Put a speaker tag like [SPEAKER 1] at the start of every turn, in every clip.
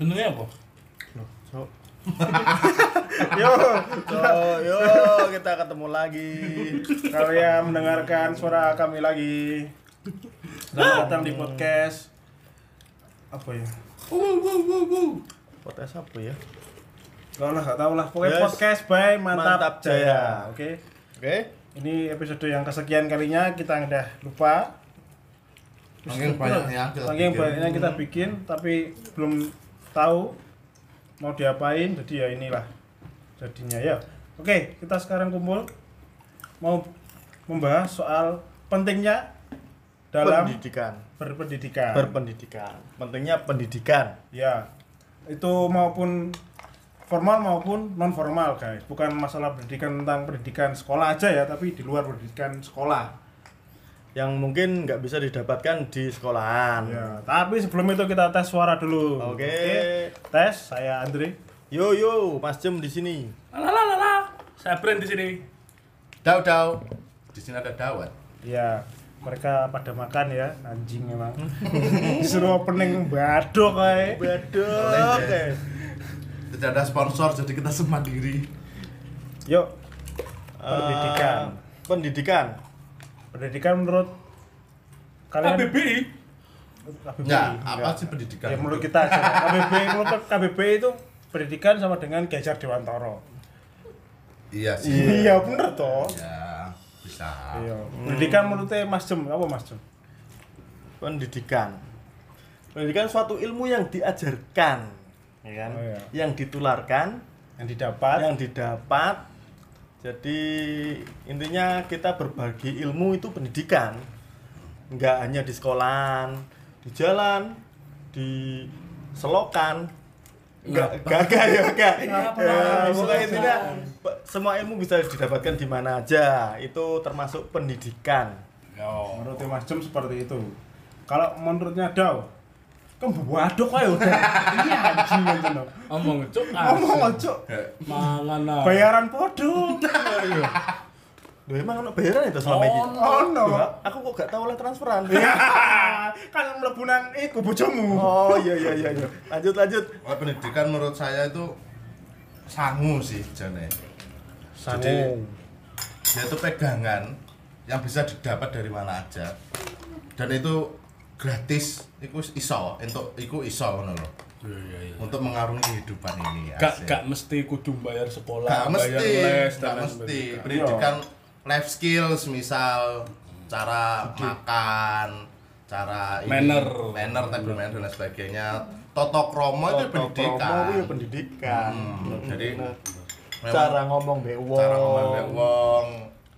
[SPEAKER 1] Maksudnya apa?
[SPEAKER 2] Cok. yo,
[SPEAKER 3] Oh, yo, kita ketemu lagi.
[SPEAKER 2] kalian mendengarkan suara kami lagi. Selamat datang di podcast apa ya?
[SPEAKER 1] Wuh, wuh, wuh, wuh.
[SPEAKER 3] Podcast apa ya?
[SPEAKER 2] Gak lah, gak tau lah. Pokoknya
[SPEAKER 3] Yes.
[SPEAKER 2] podcast by Mantap,
[SPEAKER 3] Mantap
[SPEAKER 2] Jaya.
[SPEAKER 3] Jaya.
[SPEAKER 2] Oke,
[SPEAKER 3] Oke.
[SPEAKER 2] ini episode yang kesekian kalinya kita udah lupa.
[SPEAKER 4] Saking banyaknya kita
[SPEAKER 2] Saking
[SPEAKER 4] bikin.
[SPEAKER 2] banyaknya kita bikin, tapi belum tahu mau diapain. Jadi ya inilah jadinya ya. Oke, kita sekarang kumpul mau membahas soal pentingnya dalam
[SPEAKER 3] pendidikan.
[SPEAKER 2] berpendidikan.
[SPEAKER 3] Berpendidikan. Pentingnya pendidikan.
[SPEAKER 2] ya, itu maupun formal maupun non formal guys. Bukan masalah pendidikan tentang pendidikan sekolah aja ya, tapi di luar pendidikan sekolah.
[SPEAKER 3] Yang mungkin nggak bisa didapatkan di sekolahan.
[SPEAKER 2] Ya, tapi sebelum itu kita tes suara dulu.
[SPEAKER 3] Oke.
[SPEAKER 2] Tes, saya Andre.
[SPEAKER 3] Yo yo, Mas Jem di sini.
[SPEAKER 1] Lalalala. Saya brand di sini.
[SPEAKER 4] Dau dau. Di sini ada dawat.
[SPEAKER 2] Ya, mereka pada makan ya, anjing emang. Disuruh opening badok kae.
[SPEAKER 3] Waduh.
[SPEAKER 4] Oke. Tidak ada sponsor jadi kita sendiri. Eh,
[SPEAKER 2] Yuk, pendidikan.
[SPEAKER 3] Ah, pendidikan.
[SPEAKER 2] pendidikan menurut kalian
[SPEAKER 1] KBBI.
[SPEAKER 2] KBBI,
[SPEAKER 4] Ya, apa
[SPEAKER 2] enggak.
[SPEAKER 4] sih pendidikan?
[SPEAKER 2] Ya menurut kita aja. KBBI menurut KBBI itu pendidikan sama dengan Gajar Dewantoro.
[SPEAKER 4] Iya sih.
[SPEAKER 2] Iya, bener toh.
[SPEAKER 4] Ya, bisa.
[SPEAKER 2] Iya. Pendidikan menurutnya Mas Jem, apa Mas Jem?
[SPEAKER 3] Pendidikan. Pendidikan suatu ilmu yang diajarkan, ya kan?
[SPEAKER 2] Oh, iya.
[SPEAKER 3] Yang ditularkan
[SPEAKER 2] Yang didapat.
[SPEAKER 3] yang didapat jadi intinya kita berbagi ilmu itu pendidikan nggak hanya di sekolahan di jalan di selokan nggak nggak nggak ya nggak Ya, pokoknya intinya pe- semua ilmu bisa didapatkan di mana aja itu termasuk pendidikan
[SPEAKER 4] Yo.
[SPEAKER 2] Menurutnya Mas Jem seperti itu. Kalau menurutnya Daw, kan waduh kayak udah. Iya anjing anjing. no.
[SPEAKER 1] Omong cuk. Ah,
[SPEAKER 2] Ngomong aja.
[SPEAKER 1] Mangan ah. lah.
[SPEAKER 2] Bayaran podo.
[SPEAKER 3] Loh, emang ada bayaran itu selama ini?
[SPEAKER 2] Oh no.
[SPEAKER 3] Loh, aku kok gak tahu oleh transferan.
[SPEAKER 2] kan mlebu nang iku bojomu.
[SPEAKER 3] Oh iya iya iya iya. Lanjut lanjut.
[SPEAKER 4] Kalau pendidikan menurut saya itu sangu sih jane. Jadi dia itu pegangan yang bisa didapat dari mana aja. Dan itu gratis, itu iso, untuk itu iso ngono lho.
[SPEAKER 1] Iya, iya, iya.
[SPEAKER 4] Untuk mengarungi kehidupan ini.
[SPEAKER 1] Gak
[SPEAKER 4] asik.
[SPEAKER 1] gak mesti kudu bayar sekolah,
[SPEAKER 4] Iya, Gak
[SPEAKER 1] bayar
[SPEAKER 4] mesti,
[SPEAKER 1] les dan
[SPEAKER 4] gak
[SPEAKER 1] lain
[SPEAKER 4] mesti.
[SPEAKER 1] sebagainya. Iya.
[SPEAKER 4] Pendidikan life skills misal cara makan, cara ini,
[SPEAKER 1] Manner.
[SPEAKER 4] manner, table manner dan lain sebagainya. Toto kromo itu pendidikan.
[SPEAKER 3] Promo
[SPEAKER 1] ya
[SPEAKER 3] itu pendidikan.
[SPEAKER 4] Hmm, jadi memang
[SPEAKER 3] cara ngomong be wong.
[SPEAKER 4] cara ngomong wong,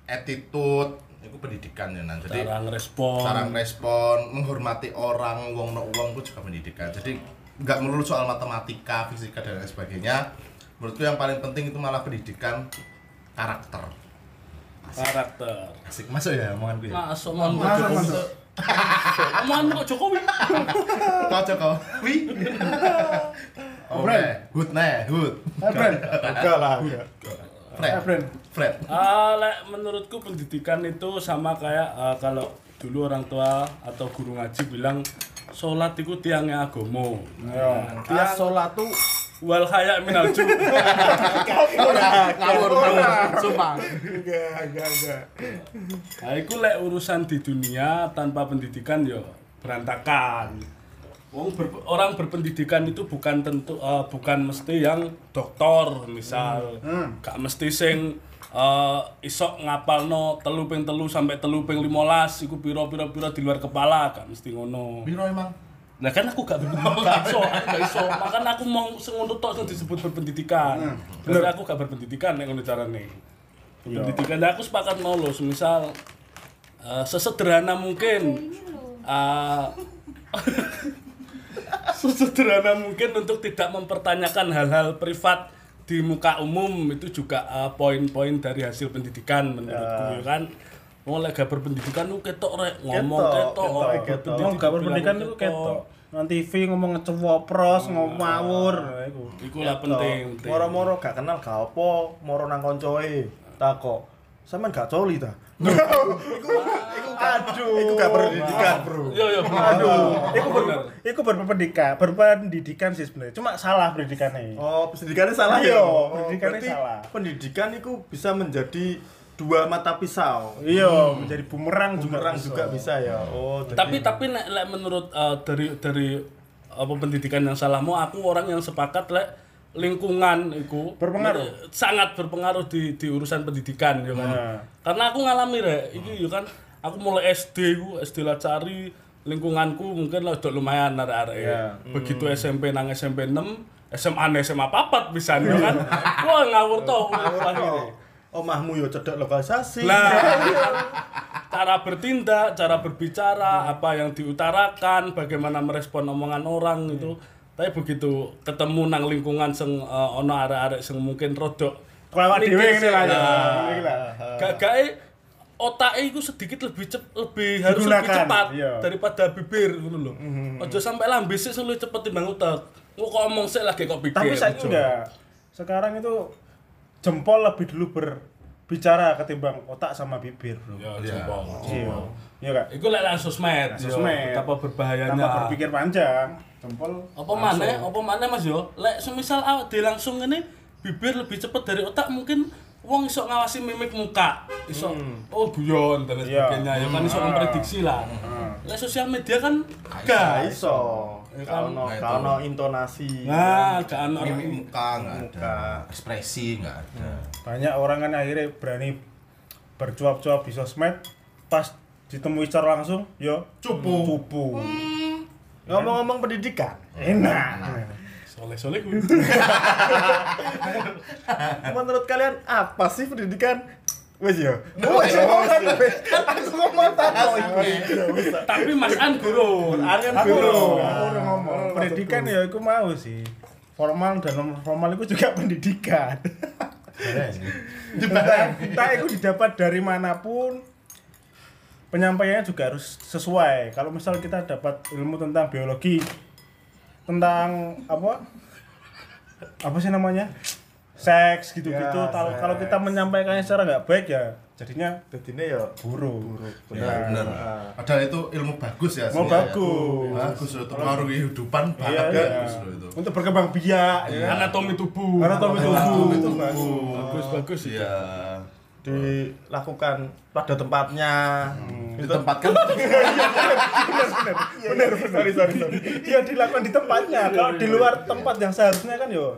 [SPEAKER 4] attitude itu pendidikan ya Nan. Jadi
[SPEAKER 1] Cara ngerespon.
[SPEAKER 4] cara respon, menghormati orang, wong no wong itu juga pendidikan. Jadi nggak melulu soal matematika, fisika dan lain sebagainya. Menurutku yang paling penting itu malah pendidikan karakter.
[SPEAKER 1] karakter.
[SPEAKER 4] Asik masuk ya omonganku ya.
[SPEAKER 1] Masuk omongan kok
[SPEAKER 2] Masuk,
[SPEAKER 1] Jokowi.
[SPEAKER 2] masuk.
[SPEAKER 1] Omongan kok Jokowi.
[SPEAKER 4] Kau Oh, Jokowi. Oke, hut neh, hut.
[SPEAKER 2] Eh, Bren.
[SPEAKER 3] Enggak lah, enggak.
[SPEAKER 2] Eh,
[SPEAKER 4] nah, Fred,
[SPEAKER 2] Bren.
[SPEAKER 4] Fred.
[SPEAKER 1] Ah, lek menurutku pendidikan itu sama kayak ah, kalau dulu orang tua atau guru ngaji bilang sholat itu tiangnya agomo. Nah,
[SPEAKER 3] Dia
[SPEAKER 1] tiang-
[SPEAKER 3] Ya, sholat tuh
[SPEAKER 1] wal haya minal ju.
[SPEAKER 4] Ngawur, ngawur.
[SPEAKER 1] Sumpah.
[SPEAKER 2] Enggak, enggak, enggak.
[SPEAKER 1] Nah, iku lek urusan di dunia tanpa pendidikan yo berantakan. Wong ber- orang berpendidikan itu bukan tentu eh, bukan mesti yang doktor misal, gak mesti sing eh, isok ngapalno telu ping telu sampai telu ping limolas iku piro piro piro di luar kepala gak mesti ngono.
[SPEAKER 4] Biro emang.
[SPEAKER 1] Nah kan aku gak berpendidikan, iso, aku gak iso. Makanya aku mau sengono tok sing disebut berpendidikan. Berarti aku gak berpendidikan nek ngono carane. Berpendidikan Nah, aku sepakat mau lho, semisal eh, sesederhana mungkin eh, sesederhana mungkin untuk tidak mempertanyakan hal-hal privat di muka umum itu juga eh, poin-poin dari hasil pendidikan menurutku ya kan. Wong lek gak berpendidikan lu ketok rek ngomong
[SPEAKER 3] Ketok,
[SPEAKER 1] ketok, orang berpendidikan
[SPEAKER 3] ketok, ketok.
[SPEAKER 2] Ngomong gak berpendidikan
[SPEAKER 1] bilang
[SPEAKER 2] itu ketok. Nang TV ngomong ngecewopros, ngomong ngawur. Nah, iku.
[SPEAKER 1] Iku lah penting. penting.
[SPEAKER 3] moro-moro gak kenal gak apa, moro nang koncoe. Takok. Sama gak coli ta?
[SPEAKER 2] Aduh.
[SPEAKER 4] Iku gak pendidikan, Bro.
[SPEAKER 1] Iya, iya, bener.
[SPEAKER 2] Aduh, iku ber,
[SPEAKER 1] bener.
[SPEAKER 2] iku berpendidikan, berpendidikan sih sebenarnya. Cuma salah pendidikannya.
[SPEAKER 3] Oh, pendidikannya salah
[SPEAKER 2] Iya,
[SPEAKER 3] ya.
[SPEAKER 2] pendidikannya
[SPEAKER 3] berarti
[SPEAKER 2] salah.
[SPEAKER 3] Pendidikan itu bisa menjadi dua mata pisau. Hmm.
[SPEAKER 2] Iya, menjadi bumerang,
[SPEAKER 3] Bumerang juga bisa ya. Oh, jadi-
[SPEAKER 1] tapi tapi nek, lek menurut eh, dari dari apa pendidikan yang salah mau aku orang yang sepakat lek lingkungan itu
[SPEAKER 2] Berpengaruh.
[SPEAKER 1] sangat berpengaruh di, di urusan pendidikan ya kan
[SPEAKER 2] Nah.
[SPEAKER 1] karena aku ngalami rek iki ya kan aku mulai SD ku SD Lacari lingkunganku mungkin lah udah lumayan arek-arek
[SPEAKER 2] Iya.
[SPEAKER 1] begitu SMP nang SMP 6 SMA nang SMA papat bisa ya kan wah ngawur tau ngawur
[SPEAKER 3] Oh, omahmu yo cedek lokalisasi.
[SPEAKER 1] Lah, Iya. cara bertindak, cara berbicara, apa yang diutarakan, bagaimana merespon omongan orang
[SPEAKER 2] Iya.
[SPEAKER 1] itu. Tapi begitu ketemu nang lingkungan sing eh, ono arek-arek sing mungkin rodok
[SPEAKER 2] Kelewat
[SPEAKER 1] mikir
[SPEAKER 2] dhewe ngene
[SPEAKER 1] sih.
[SPEAKER 2] lah ya.
[SPEAKER 1] Nah,
[SPEAKER 2] Ngene lah.
[SPEAKER 1] Gagake otaknya itu sedikit lebih cep, lebih harus lebih
[SPEAKER 2] Digunakan,
[SPEAKER 1] cepat
[SPEAKER 2] iya. Mhm.
[SPEAKER 1] daripada bibir ngono lho. Ojo sampai lambe sik sing luwih cepet timbang utek. Engko kok omong sik lagi kok pikir.
[SPEAKER 2] Tapi saya enggak. Sekarang itu jempol lebih dulu berbicara ketimbang otak sama bibir, Bro.
[SPEAKER 1] Ya,
[SPEAKER 4] Iya.
[SPEAKER 1] jempol.
[SPEAKER 2] Iya. Iya, Kak.
[SPEAKER 1] Iku lek langsung sosmed, yo.
[SPEAKER 2] Sosmed.
[SPEAKER 1] betapa berbahayanya.
[SPEAKER 2] Tanpa berpikir panjang, jempol
[SPEAKER 1] apa mana apa mana mas yo lek semisal awak dhewe langsung ini bibir lebih cepet dari otak mungkin wong iso ngawasi mimik muka iso oh guyon dan lain
[SPEAKER 2] Hmm. Iya. Hmm.
[SPEAKER 1] sebagainya ya kan iso memprediksi lah lek sosial media kan
[SPEAKER 3] Gak
[SPEAKER 1] guys
[SPEAKER 3] iso.
[SPEAKER 1] Ya
[SPEAKER 3] Gak
[SPEAKER 1] kan?
[SPEAKER 3] ono,
[SPEAKER 4] Nah,
[SPEAKER 3] gak
[SPEAKER 4] itu.
[SPEAKER 3] ono intonasi.
[SPEAKER 1] nah kan orang
[SPEAKER 4] Mimik muka nggak
[SPEAKER 3] Muka.
[SPEAKER 4] ada, Hmm. ekspresi nggak ada.
[SPEAKER 2] banyak orang kan akhirnya berani bercuap-cuap di sosmed pas ditemui secara langsung yo cupu cupu
[SPEAKER 3] Ngomong-ngomong pendidikan,
[SPEAKER 2] enak
[SPEAKER 1] soleh soleh gue
[SPEAKER 3] menurut kalian apa sih pendidikan? Wes yo.
[SPEAKER 4] Wes,
[SPEAKER 3] Wes yo. Kan
[SPEAKER 4] wes.
[SPEAKER 3] Aku ngomong tahu iki.
[SPEAKER 1] tapi mas an guru
[SPEAKER 3] Aryan
[SPEAKER 2] aku
[SPEAKER 3] guru.
[SPEAKER 2] udah- aku udah ngomong
[SPEAKER 3] Maksud
[SPEAKER 2] pendidikan
[SPEAKER 3] guru.
[SPEAKER 2] ya aku mau sih formal dan non formal itu juga pendidikan entah, entah itu didapat dari manapun penyampaiannya juga harus sesuai kalau misal kita dapat ilmu tentang biologi tentang apa apa sih namanya seks gitu-gitu
[SPEAKER 3] Ya,
[SPEAKER 2] kalau kalau kita
[SPEAKER 3] seks.
[SPEAKER 2] menyampaikannya secara nggak baik ya jadinya
[SPEAKER 3] Dadine yo
[SPEAKER 2] buruk
[SPEAKER 3] buruk
[SPEAKER 4] Ya,
[SPEAKER 3] bener.
[SPEAKER 4] bener. Padahal itu ilmu bagus ya.
[SPEAKER 2] Ilmu
[SPEAKER 4] aslinya ya.
[SPEAKER 2] bagus.
[SPEAKER 4] Bagus Iya, loh, itu pengaruh kehidupan
[SPEAKER 2] Iya,
[SPEAKER 4] banget kan,
[SPEAKER 2] iya.
[SPEAKER 4] bagus loh itu.
[SPEAKER 2] untuk berkembang biak ya.
[SPEAKER 1] anatomi tubuh
[SPEAKER 2] anatomi tubuh Ah.
[SPEAKER 4] Anatomi
[SPEAKER 2] itu
[SPEAKER 4] tubuh.
[SPEAKER 2] bagus.
[SPEAKER 1] bagus bagus itu.
[SPEAKER 4] Iya.
[SPEAKER 3] Dilakukan pada tempatnya.
[SPEAKER 4] Hmm.
[SPEAKER 3] Itu-
[SPEAKER 4] Ditempatkan
[SPEAKER 2] benar benar sorry sorry sorry ya dilakukan di tempatnya kalau di luar tempat yang seharusnya kan yo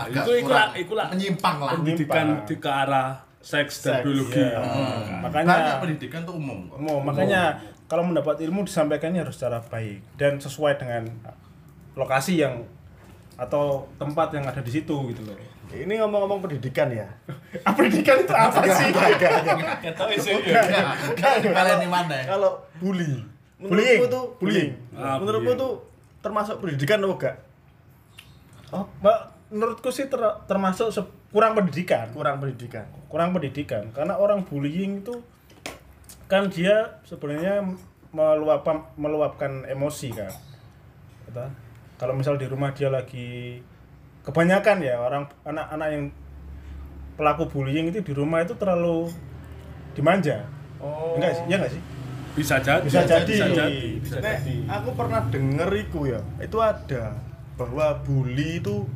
[SPEAKER 4] agak
[SPEAKER 1] Iku- iku lah-
[SPEAKER 4] kurang
[SPEAKER 1] iku lah.
[SPEAKER 4] menyimpang lah.
[SPEAKER 1] pendidikan di ke arah seks dan
[SPEAKER 3] Seks,
[SPEAKER 1] biologi
[SPEAKER 2] iya.
[SPEAKER 4] Banyak
[SPEAKER 2] makanya
[SPEAKER 4] pendidikan tuh umum kok.
[SPEAKER 2] mau makanya kalau mendapat ilmu disampaikannya harus secara baik dan sesuai dengan lokasi yang atau tempat yang ada di situ gitu loh.
[SPEAKER 3] Ini ngomong-ngomong pendidikan ya.
[SPEAKER 2] Ah, pendidikan itu apa sih?
[SPEAKER 1] Ketoke sih, iya.
[SPEAKER 4] Nah, Kalian di mana? ya?
[SPEAKER 3] Kalau bully,
[SPEAKER 2] Bullying.
[SPEAKER 3] menurutku tuh
[SPEAKER 2] Bullying.
[SPEAKER 1] Ah,
[SPEAKER 3] menurutku
[SPEAKER 1] bullying.
[SPEAKER 3] tuh termasuk pendidikan atau enggak?
[SPEAKER 2] Oh, Mbak, menurutku sih ter- termasuk se- kurang pendidikan.
[SPEAKER 3] Kurang pendidikan.
[SPEAKER 2] kurang pendidikan karena orang bullying itu kan dia sebenarnya meluapkan meluapkan emosi kan Gitu. kalau misal di rumah dia lagi kebanyakan ya orang anak-anak yang pelaku bullying itu di rumah itu terlalu dimanja
[SPEAKER 3] Oh.
[SPEAKER 2] enggak sih ya enggak sih
[SPEAKER 1] bisa jadi
[SPEAKER 2] bisa, jadi,
[SPEAKER 1] bisa jadi bisa
[SPEAKER 3] Nek,
[SPEAKER 2] jadi.
[SPEAKER 3] aku pernah denger iku ya. Itu ada bahwa bully itu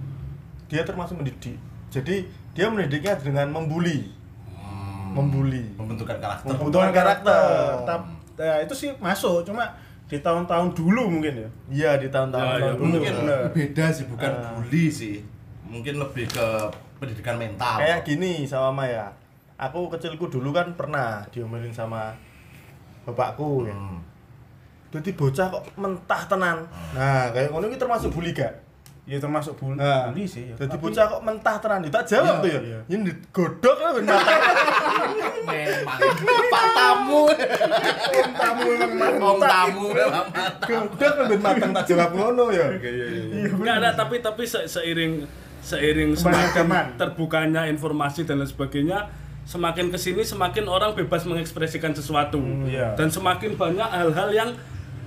[SPEAKER 3] dia termasuk mendidik. Jadi dia mendidiknya dengan membuli.
[SPEAKER 2] Hmm.
[SPEAKER 3] Membuli.
[SPEAKER 4] Pembentukan karakter.
[SPEAKER 3] Membutuhkan karakter.
[SPEAKER 2] Tap- ya, itu sih masuk cuma di tahun-tahun dulu mungkin ya
[SPEAKER 3] Iya di tahun-tahun
[SPEAKER 1] Ya, ya,
[SPEAKER 3] dulu.
[SPEAKER 4] Mungkin Ah.
[SPEAKER 2] Bener.
[SPEAKER 4] Iya. beda sih, bukan bully sih. Mungkin lebih ke pendidikan mental.
[SPEAKER 3] kayak gini sama Maya aku kecilku dulu kan pernah diomelin sama bapakku ya
[SPEAKER 4] Hmm.
[SPEAKER 3] jadi bocah kok mentah tenan nah kayak ngono iki termasuk bully gak
[SPEAKER 2] ya termasuk bul-
[SPEAKER 3] nah
[SPEAKER 2] bully sih ya.
[SPEAKER 3] jadi
[SPEAKER 2] Tapi-
[SPEAKER 3] bocah kok mentah tenan Ya, tak jawab
[SPEAKER 4] Iya,
[SPEAKER 3] tuh ya
[SPEAKER 2] iya.
[SPEAKER 3] ini godok lah ben matang
[SPEAKER 4] Memang. Pak tamu.
[SPEAKER 3] tamu memang
[SPEAKER 4] Om
[SPEAKER 3] mentah
[SPEAKER 4] tamu Iya, memang.
[SPEAKER 3] godok lah kan ben matang tak jawab ngono ya
[SPEAKER 4] Iya,
[SPEAKER 1] Enggak ada, tapi tapi se- seiring seiring
[SPEAKER 2] Iya, Kembali
[SPEAKER 1] semakin
[SPEAKER 2] zaman.
[SPEAKER 1] terbukanya informasi dan lain sebagainya, semakin kesini semakin orang bebas mengekspresikan sesuatu
[SPEAKER 2] iya.
[SPEAKER 1] dan semakin banyak hal-hal yang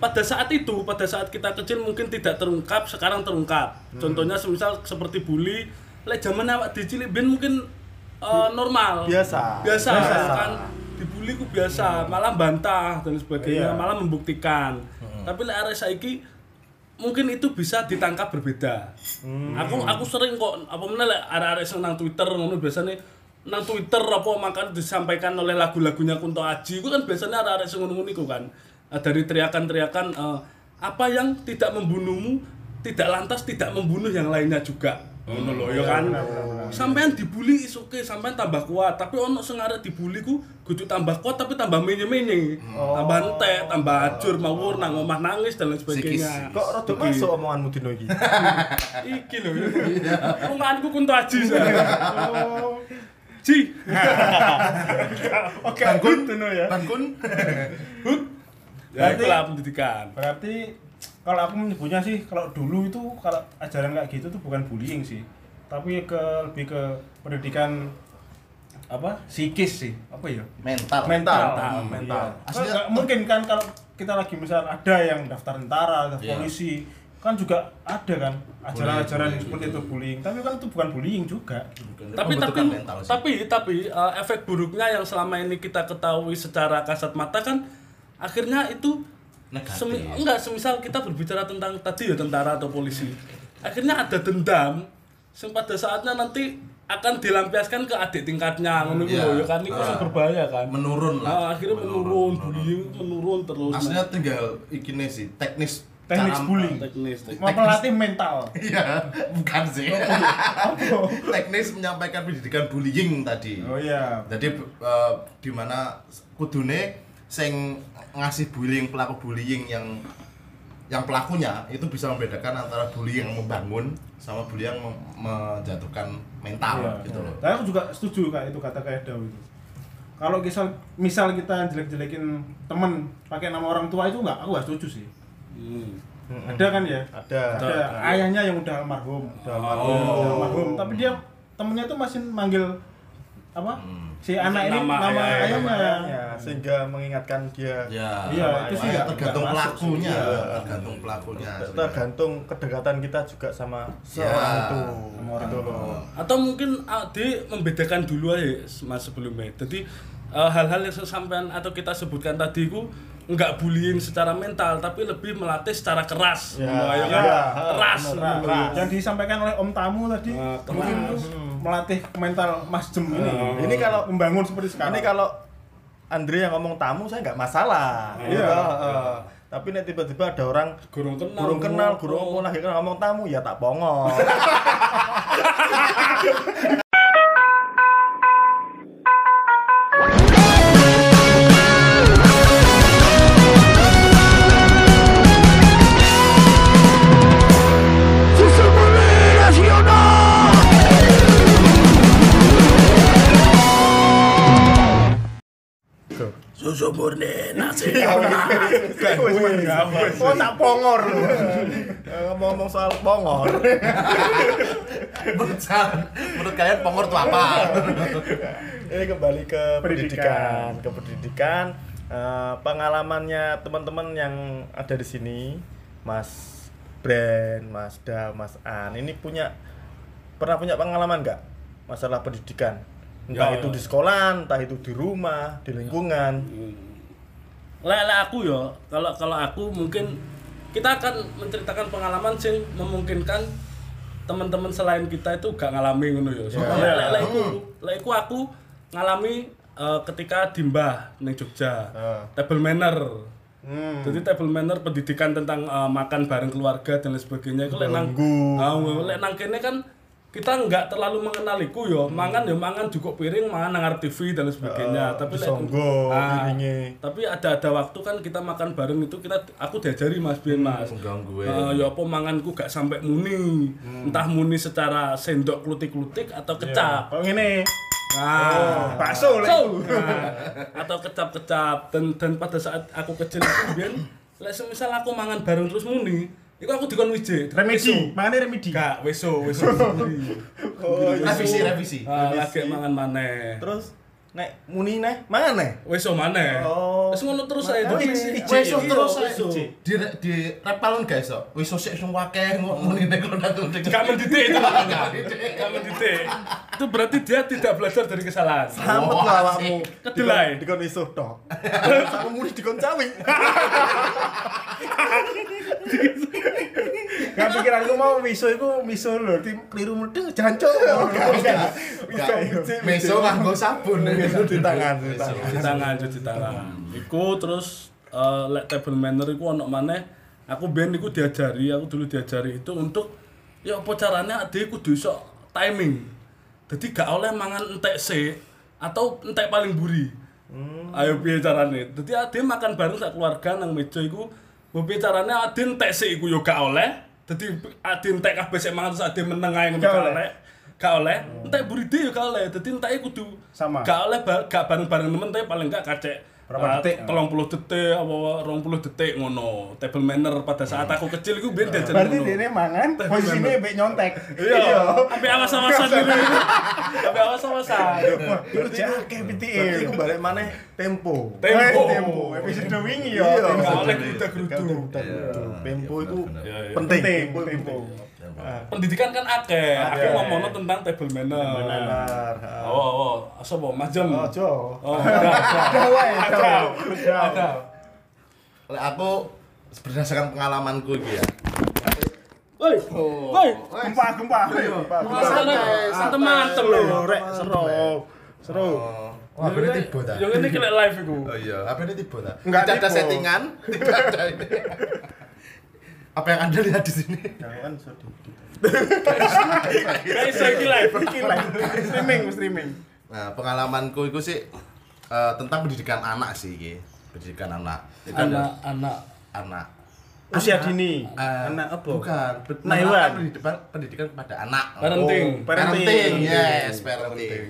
[SPEAKER 1] pada saat itu, pada saat kita kecil mungkin tidak terungkap,
[SPEAKER 2] Hmm.
[SPEAKER 1] sekarang terungkap. Contohnya semisal seperti bully, lek zaman awak dicilik ben mungkin eh, normal
[SPEAKER 3] Biasa.
[SPEAKER 1] biasa,
[SPEAKER 3] Biasa.
[SPEAKER 1] kan dibully ku biasa malah bantah dan sebagainya
[SPEAKER 2] Hmm. Iya. Hmm.
[SPEAKER 1] malah membuktikan tapi lek arek saiki mungkin itu bisa ditangkap berbeda aku aku sering kok apa meneh lek arek-arek sing nang Twitter ngono biasanya nang Twitter apa makan disampaikan oleh lagu-lagunya Kunto Aji itu kan biasanya arek-arek sing ngono iku kan Eh, dari teriakan-teriakan eh, apa yang tidak membunuhmu tidak lantas tidak membunuh yang lainnya juga ngono lho ya kan sampean dibully is oke sampean tambah kuat tapi ono sing arek dibully ku kudu tambah kuat tapi tambah menye-menye tambah entek tambah ajur mawur nang omah nangis dan lain sebagainya
[SPEAKER 3] Kok rada Oh, masuk omonganmu dino iki?
[SPEAKER 1] iki lho rumahanku kunto aji saya.
[SPEAKER 2] Oh,
[SPEAKER 1] ji
[SPEAKER 2] Oke,
[SPEAKER 4] Bangkun.
[SPEAKER 2] gitu no ya.
[SPEAKER 4] Bangkun.
[SPEAKER 1] ya itulah pendidikan
[SPEAKER 2] Berarti kalau aku menyebutnya sih kalau dulu itu kalau ajaran kayak gitu tuh bukan bullying sih, tapi ke lebih ke pendidikan apa psikis sih apa ya
[SPEAKER 4] Mental.
[SPEAKER 1] Mental,
[SPEAKER 2] mental Iya.
[SPEAKER 1] mental.
[SPEAKER 2] Kan
[SPEAKER 4] Aslinya-
[SPEAKER 2] nggak mungkin kan kalau kita lagi misal ada yang daftar tentara daftar
[SPEAKER 4] Iya.
[SPEAKER 2] polisi kan juga ada kan ajaran-ajaran
[SPEAKER 4] Bullying,
[SPEAKER 2] seperti
[SPEAKER 4] bullying.
[SPEAKER 2] itu bullying tapi kan itu bukan bullying juga
[SPEAKER 1] tapi tapi
[SPEAKER 4] Pembentukan mental sih.
[SPEAKER 1] tapi tapi uh, efek buruknya yang selama ini kita ketahui secara kasat mata kan akhirnya itu
[SPEAKER 4] Negatif.
[SPEAKER 1] semi- enggak semisal kita berbicara tentang tadi ya tentara atau polisi akhirnya ada dendam yang pada saatnya nanti akan dilampiaskan ke adik tingkatnya ngono iku
[SPEAKER 4] Iya.
[SPEAKER 1] lho, ya kan itu
[SPEAKER 4] Ah.
[SPEAKER 1] berbahaya kan Nah,
[SPEAKER 4] menurun lah.
[SPEAKER 1] akhirnya menurun, bullying menurun terus
[SPEAKER 4] Aslinya tinggal ikine sih teknis
[SPEAKER 2] Teknis
[SPEAKER 4] cara-
[SPEAKER 2] bullying.
[SPEAKER 1] teknis teknis.
[SPEAKER 2] mau melatih mental
[SPEAKER 4] Iya, bukan sih.
[SPEAKER 2] Oh, iya. Apa?
[SPEAKER 4] teknis menyampaikan pendidikan bullying tadi.
[SPEAKER 2] oh iya
[SPEAKER 4] Jadi eh, di mana kudune sing ngasih bullying pelaku bullying yang yang pelakunya itu bisa membedakan antara bullying yang membangun sama bullying yang mem- menjatuhkan mental
[SPEAKER 2] Iya.
[SPEAKER 4] gitu loh.
[SPEAKER 2] Tapi aku juga setuju kayak itu kata kayak Daw itu. Kalau misal, misal kita jelek-jelekin temen pakai nama orang tua itu nggak, aku nggak setuju sih.
[SPEAKER 1] Hmm.
[SPEAKER 2] Ada kan ya?
[SPEAKER 3] Ada. Oh.
[SPEAKER 2] Ada Oh. ayahnya yang udah almarhum, udah almarhum, udah almarhum. Tapi dia temennya tuh masih manggil apa? Si anak ini
[SPEAKER 1] Nama
[SPEAKER 2] nama,
[SPEAKER 1] ayah-
[SPEAKER 2] ayahnya.
[SPEAKER 3] Ya, sehingga mengingatkan dia
[SPEAKER 4] Ya,
[SPEAKER 2] Iya, itu sih
[SPEAKER 4] makanya
[SPEAKER 2] nggak-
[SPEAKER 4] tergantung
[SPEAKER 3] nggak masuk sih.
[SPEAKER 4] pelakunya,
[SPEAKER 3] Iya.
[SPEAKER 4] tergantung pelakunya. aslinya.
[SPEAKER 3] tergantung kedekatan kita juga sama
[SPEAKER 4] Ya.
[SPEAKER 3] seorang itu.
[SPEAKER 2] Sama orang
[SPEAKER 3] Gitu
[SPEAKER 2] itu.
[SPEAKER 3] loh.
[SPEAKER 1] atau mungkin ah, dia membedakan dulu aja mas sebelumnya jadi eh, hal-hal yang sesampaian atau kita sebutkan tadi ku nggak bullying secara mental tapi lebih melatih secara keras
[SPEAKER 3] Ya,
[SPEAKER 1] Wah, ya
[SPEAKER 2] ya,
[SPEAKER 1] kan?
[SPEAKER 2] ha,
[SPEAKER 1] keras
[SPEAKER 2] Nah, yang disampaikan oleh Om Tamu tadi,
[SPEAKER 1] Nah,
[SPEAKER 2] mungkin
[SPEAKER 1] keras.
[SPEAKER 2] tuh melatih mental Mas Jem ini.
[SPEAKER 3] Ini kalau
[SPEAKER 2] membangun seperti sekarang.
[SPEAKER 3] Ini kalau Andre yang ngomong tamu saya nggak masalah.
[SPEAKER 2] Iya.
[SPEAKER 3] Gitu, heeh. Tapi nek tiba-tiba ada orang
[SPEAKER 1] Gurung kenal, oh,
[SPEAKER 3] gurung kenal,
[SPEAKER 1] gurung
[SPEAKER 3] gurung
[SPEAKER 1] apa.
[SPEAKER 3] ngomong lagi kan ngomong tamu ya tak pongong.
[SPEAKER 1] susu murni nasi
[SPEAKER 3] Oh tak pongor. Eh, Ngomong-ngomong soal pongor.
[SPEAKER 4] menurut, saya- menurut kalian pengor itu apa?
[SPEAKER 3] Ini kembali ke
[SPEAKER 2] Pendidikan.
[SPEAKER 3] pendidikan, ke pendidikan. Eh, pengalamannya teman-teman yang ada di sini, Mas Brand, Mas Da, Mas An, ini punya pernah punya pengalaman nggak masalah pendidikan?
[SPEAKER 1] Ya.
[SPEAKER 3] Entah itu di sekolah, entah itu di rumah, di lingkungan.
[SPEAKER 1] lah lah aku ya kalau kalau aku mungkin kita akan menceritakan pengalaman sing memungkinkan teman-teman selain kita itu gak ngalami ngono ya soalnya
[SPEAKER 3] Iya.
[SPEAKER 1] lek- lek iku lek iku aku ngalami eh, ketika di Mbah ning Jogja
[SPEAKER 3] Ah. Hmm.
[SPEAKER 1] table manner Jadi table manner pendidikan tentang eh, makan bareng keluarga dan lain sebagainya itu lek nang
[SPEAKER 3] Belenggu.
[SPEAKER 1] Ah, lek nang kene kan kita nggak terlalu mengenaliku yo mangan yo mangan cukup piring mangan nangar TV dan lain sebagainya tapi lek-
[SPEAKER 3] disonggo
[SPEAKER 1] Ah,
[SPEAKER 3] piringnya.
[SPEAKER 1] tapi ada ada waktu kan kita makan bareng itu kita aku diajari mas Bian mas
[SPEAKER 4] mengganggu, ya.
[SPEAKER 1] Eh, ya apa manganku gak sampai muni entah muni secara sendok klutik klutik atau kecap
[SPEAKER 2] kalau ini
[SPEAKER 1] nah
[SPEAKER 2] bakso lah.
[SPEAKER 1] So, nah, atau kecap-kecap dan dan pada saat aku kecil itu biyen lek semisal aku mangan bareng terus muni itu aku dikon wijik dikon
[SPEAKER 2] remedi,
[SPEAKER 1] weso.
[SPEAKER 2] mana remedi?
[SPEAKER 1] gak weso weso
[SPEAKER 3] Oh,
[SPEAKER 2] iya.
[SPEAKER 4] Revisi, revisi.
[SPEAKER 1] Ah, lagi mangan maneh
[SPEAKER 3] Terus nek muni neh mana
[SPEAKER 1] Wes so maneh.
[SPEAKER 3] Oh.
[SPEAKER 1] Wes ngono terus ae dadi
[SPEAKER 3] Makanya.
[SPEAKER 1] ijik.
[SPEAKER 3] Wes so
[SPEAKER 1] Iya,
[SPEAKER 3] terus
[SPEAKER 1] wes
[SPEAKER 3] ae.
[SPEAKER 1] so.
[SPEAKER 3] Ijik.
[SPEAKER 4] di di repelon guys so wis sosek sing wakeh ngono ngene kok nang
[SPEAKER 1] Gak mendidik itu namanya. Gak mendidik. Itu berarti dia tidak belajar dari kesalahan.
[SPEAKER 3] Selamat
[SPEAKER 4] Wah,
[SPEAKER 3] lo
[SPEAKER 4] asik.
[SPEAKER 3] awakmu.
[SPEAKER 1] Kedelai.
[SPEAKER 3] Dikon- Dikon isuh tok. Sama muni dikon cawi.
[SPEAKER 2] Gak pikiranku mau miso itu miso lho, tim keliru medeng jancok. iya.
[SPEAKER 4] meso nganggo sabun
[SPEAKER 3] Meso di tangan, di tangan.
[SPEAKER 1] cuci
[SPEAKER 2] Iya.
[SPEAKER 1] tangan cuci tangan iku terus eh, lek table manner iku ono maneh aku ben iku diajari aku dulu diajari itu untuk ya apa caranya ade kudu iso timing jadi gak oleh mangan entek se atau entek paling buri
[SPEAKER 2] Hmm.
[SPEAKER 1] ayo piye carane jadi ade makan bareng sak keluarga nang meja iku mau piye carane ade entek se iku yo gak oleh jadi ade entek kabeh sik mangan terus ade meneng ae ngono
[SPEAKER 2] Gak
[SPEAKER 1] gak
[SPEAKER 2] oleh.
[SPEAKER 1] oleh
[SPEAKER 2] Oh.
[SPEAKER 1] gak oleh entek buri dhewe yo gak oleh dadi enteke kudu
[SPEAKER 2] Sama.
[SPEAKER 1] gak oleh ba- gak bareng-bareng temen tapi paling gak kacek eh,
[SPEAKER 2] Berapa detik?
[SPEAKER 1] Tolong puluh detik, apa rong puluh detik ngono. Table manner pada saat aku kecil gue biar diajarin
[SPEAKER 2] Berarti
[SPEAKER 1] ngono.
[SPEAKER 2] dia mangan, posisinya mbek nyontek.
[SPEAKER 1] Iya, sampai awas-awasan gitu. Sampai awas-awasan.
[SPEAKER 2] Wah, Itu jake
[SPEAKER 3] Berarti
[SPEAKER 2] piti.
[SPEAKER 3] iku balik maneh tempo.
[SPEAKER 1] Tempo.
[SPEAKER 2] Eh, e. tempo. Episode wingi ya.
[SPEAKER 3] Iya.
[SPEAKER 2] tempo.
[SPEAKER 1] Gak oleh geruda-geruda.
[SPEAKER 3] Tempo itu
[SPEAKER 1] Iya, iya.
[SPEAKER 3] penting.
[SPEAKER 2] Tempo,
[SPEAKER 3] Tempo.
[SPEAKER 2] tempo.
[SPEAKER 1] Pendidikan kan akeh. Aku ngomongno tentang table manner.
[SPEAKER 3] Benar.
[SPEAKER 1] Oh, oh, oh. Sopo, Mas Jem?
[SPEAKER 2] Oh, Jo.
[SPEAKER 1] Oh, enggak, enggak.
[SPEAKER 2] Dawa ya, dawa.
[SPEAKER 1] Ada.
[SPEAKER 4] Lek aku berdasarkan pengalamanku iki ya.
[SPEAKER 1] Woi. Woi.
[SPEAKER 2] Gempa, gempa. Gempa, gempa.
[SPEAKER 1] Santai-santai lho.
[SPEAKER 2] Rek, seru. Seru.
[SPEAKER 4] Wah, berarti
[SPEAKER 3] Iya,
[SPEAKER 4] tiba ta.
[SPEAKER 1] Yang ini kena live iku.
[SPEAKER 4] Oh iya, apa ini tiba ta?
[SPEAKER 2] Enggak
[SPEAKER 4] Tidak ada
[SPEAKER 2] tiba.
[SPEAKER 4] settingan, tidak ada ini. Apa yang Anda lihat di sini?
[SPEAKER 3] Kan
[SPEAKER 2] Jangan sedih.
[SPEAKER 1] Guys, saya iki live.
[SPEAKER 2] Iki lah. Streaming, streaming.
[SPEAKER 4] Nah, pengalamanku itu sih eh, tentang pendidikan anak sih iki. Pendidikan anak. Ada
[SPEAKER 1] Anak-anak
[SPEAKER 4] anak.
[SPEAKER 2] Usia dini.
[SPEAKER 4] Eh,
[SPEAKER 2] Anak apa?
[SPEAKER 4] Bukan, pe-
[SPEAKER 2] Anak
[SPEAKER 4] menerapkan
[SPEAKER 2] hewan.
[SPEAKER 4] pendidikan, pendidikan kepada anak.
[SPEAKER 1] parenting.
[SPEAKER 2] Oh.
[SPEAKER 4] parenting.
[SPEAKER 2] Parenting.
[SPEAKER 4] yes, parenting.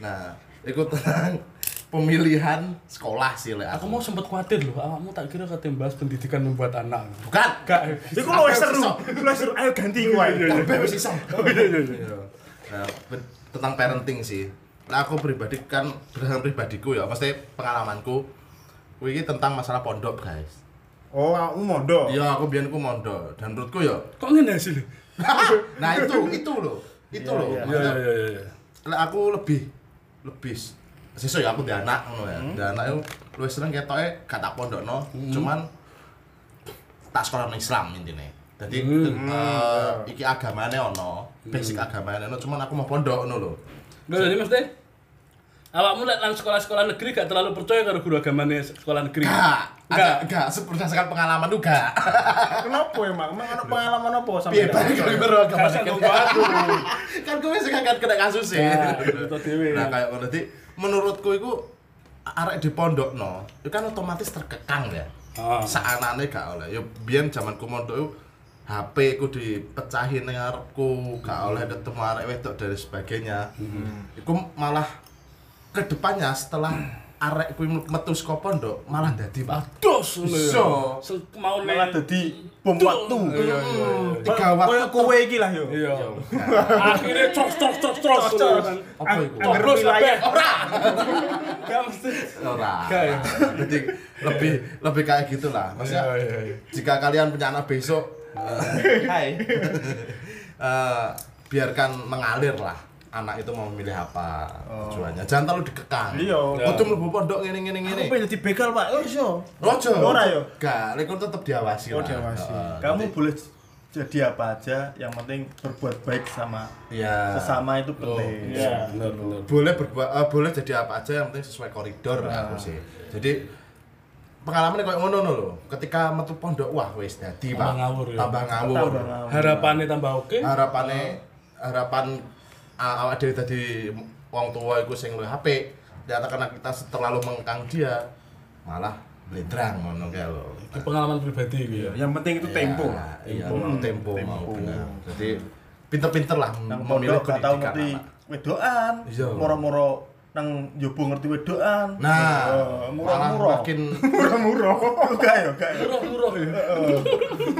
[SPEAKER 4] Nah, ikut tentang pemilihan sekolah sih lek
[SPEAKER 1] Aku mau sempet khawatir loh, awakmu tak kira katanya bahas pendidikan membuat anak.
[SPEAKER 4] bukan.
[SPEAKER 1] Gak.
[SPEAKER 2] Iku lu seru. Lu seru. Ayo ganti gue.
[SPEAKER 4] Bebas iso.
[SPEAKER 1] Oh, iya,
[SPEAKER 4] Nah, pe- tentang parenting sih. Nah, aku pribadi kan berdasarkan pribadiku ya, pasti pengalamanku. Kuwi iki tentang masalah pondok, guys.
[SPEAKER 2] Oh, aku mondo.
[SPEAKER 4] Ya, aku biyen ku mondok dan menurutku ya.
[SPEAKER 1] Kok ngene hasilnya?
[SPEAKER 4] nah, itu itu loh. Itu loh.
[SPEAKER 1] Iya
[SPEAKER 4] Maksudnya,
[SPEAKER 1] iya iya.
[SPEAKER 4] Lek aku lebih lebih s- sesuk ya aku di anak ngono ya. Di anak itu luwih sering ketoke gak tak pondokno, cuman tak sekolah nang Islam intine. Dadi eh, iki agamane ono, basic agamane ono, cuman aku mau pondok ngono lho.
[SPEAKER 1] Lho jadi mesti awakmu lek nang sekolah-sekolah negeri gak terlalu percaya karo guru agamane sekolah negeri.
[SPEAKER 4] Gak,
[SPEAKER 1] Gak.
[SPEAKER 4] gak, gak, se- berdasarkan pengalaman tuh gak.
[SPEAKER 2] Kenapa emang? Emang ada pengalaman apa sampai?
[SPEAKER 4] Piye Iya. balik kalau baru
[SPEAKER 1] Gak
[SPEAKER 4] agama
[SPEAKER 1] usah ngomong aku.
[SPEAKER 4] kan gue sih kan kena kasus sih.
[SPEAKER 1] Nah, itu dewe.
[SPEAKER 4] Nah, kayak ngono dadi menurutku iku arek di pondok no, itu kan otomatis terkekang ya.
[SPEAKER 1] Ah.
[SPEAKER 4] Saanane gak oleh. Ya biyen zamanku mondok iku HP ku dipecahin ning arepku, gak oleh ketemu arek wedok dan sebagainya.
[SPEAKER 1] Mhm.
[SPEAKER 4] Iku malah kedepannya setelah arek kuwi metu saka pondok malah dadi
[SPEAKER 1] Dos lho.
[SPEAKER 4] Iso.
[SPEAKER 1] Mau
[SPEAKER 3] Malah dadi bom waktu.
[SPEAKER 1] Iya iya.
[SPEAKER 4] Hmm, tiga waktu
[SPEAKER 2] Kayak kowe iki lah yo.
[SPEAKER 1] Iya. Akhirnya cros cros cros cros.
[SPEAKER 2] Cros, cros.
[SPEAKER 4] apa iku?
[SPEAKER 2] Angger
[SPEAKER 1] Terus
[SPEAKER 2] wilayah.
[SPEAKER 1] Ora. Gak mesti.
[SPEAKER 4] ora
[SPEAKER 1] Gak ya?
[SPEAKER 4] jadi lebih lebih kayak gitulah maksudnya
[SPEAKER 2] Iya,
[SPEAKER 4] jika kalian punya anak besok eh, hai Eh, biarkan mengalir lah anak itu mau memilih apa tujuannya jangan terlalu dikekang
[SPEAKER 2] Oh. Iya.
[SPEAKER 4] kudu mlebu pondok ngene ngene ngene
[SPEAKER 2] Aku pengen jadi begal, Pak. Oh, iso.
[SPEAKER 4] Rojo,
[SPEAKER 2] Ora yo.
[SPEAKER 4] Gak, lek tetep diawasi
[SPEAKER 3] Oh,
[SPEAKER 4] lah.
[SPEAKER 3] diawasi.
[SPEAKER 4] Heeh,
[SPEAKER 3] Kamu
[SPEAKER 4] nanti-
[SPEAKER 3] boleh jadi apa aja, yang penting berbuat baik sama
[SPEAKER 4] Iya.
[SPEAKER 3] sesama itu penting.
[SPEAKER 2] Iya.
[SPEAKER 1] Ya, Bener bener.
[SPEAKER 4] boleh berbuat eh, boleh jadi apa aja yang penting sesuai koridor
[SPEAKER 3] Nah.
[SPEAKER 4] lah aku sih jadi pengalaman kayak ngono no lho ketika metu pondok wah wis dadi
[SPEAKER 1] Tambah
[SPEAKER 4] Pak.
[SPEAKER 1] ngawur ya.
[SPEAKER 4] tambah ngawur
[SPEAKER 3] Tambah ngawur.
[SPEAKER 1] Harapannya tambah oke.
[SPEAKER 4] harapane harapan ah, awak dhewe tadi wong tua iku sing luwih apik ternyata karena kita terlalu mengekang dia malah bledrang ngono kae lho
[SPEAKER 1] Itu pengalaman pribadi gitu ya.
[SPEAKER 2] Yang penting itu tempo.
[SPEAKER 4] Nah, iya mau tempo mau
[SPEAKER 3] Tempo.
[SPEAKER 4] benar jadi pinter-pinter lah
[SPEAKER 3] Nang
[SPEAKER 4] memilih
[SPEAKER 3] pondok gak tau
[SPEAKER 4] pendidikan
[SPEAKER 3] ngerti
[SPEAKER 4] anak
[SPEAKER 3] wedoan,
[SPEAKER 4] Iya.
[SPEAKER 3] moro-moro nang yobo ngerti wedokan
[SPEAKER 4] Nah,
[SPEAKER 3] Oh,
[SPEAKER 4] malah
[SPEAKER 3] murah-murah.
[SPEAKER 4] makin
[SPEAKER 3] murah-murah enggak ya enggak ya
[SPEAKER 1] Murah-murah ya.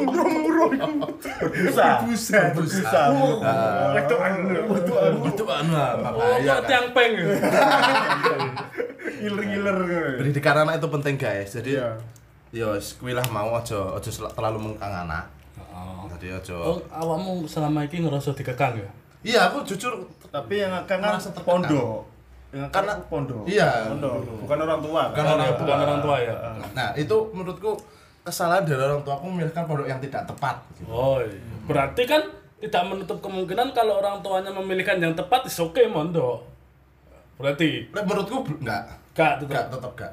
[SPEAKER 3] murah-murah itu berbusa
[SPEAKER 4] Berbusa.
[SPEAKER 3] berbusa
[SPEAKER 4] Ah.
[SPEAKER 3] wedokan wedokan
[SPEAKER 4] butuh anu lah,
[SPEAKER 1] Oh,
[SPEAKER 4] bahaya
[SPEAKER 1] kok
[SPEAKER 4] kan.
[SPEAKER 1] tiang peng ya.
[SPEAKER 2] ngiler-ngiler
[SPEAKER 4] pendidikan kan. anak itu penting guys jadi ya
[SPEAKER 2] Iya.
[SPEAKER 4] yo kuilah mau aja aja sel- terlalu mengkang anak jadi aja
[SPEAKER 1] Oh, awakmu selama ini ngerasa dikekang ya?
[SPEAKER 4] iya aku jujur
[SPEAKER 3] tapi yang akan kan
[SPEAKER 4] Merasa tertekan.
[SPEAKER 3] pondok yang akan
[SPEAKER 4] Karena-
[SPEAKER 3] pondok
[SPEAKER 4] iya
[SPEAKER 2] Pondok, bukan orang tua
[SPEAKER 4] Bukan
[SPEAKER 2] kan?
[SPEAKER 4] orang tua.
[SPEAKER 1] Bukan orang tua ya.
[SPEAKER 4] nah itu menurutku kesalahan dari orang tua aku memilihkan pondok yang tidak tepat gitu.
[SPEAKER 1] Oh, iya. berarti kan tidak menutup kemungkinan kalau orang tuanya memilihkan yang tepat, is oke mondok. Berarti
[SPEAKER 4] Lek menurutku bel- enggak
[SPEAKER 1] gak
[SPEAKER 4] enggak
[SPEAKER 1] tetap.
[SPEAKER 4] tetap enggak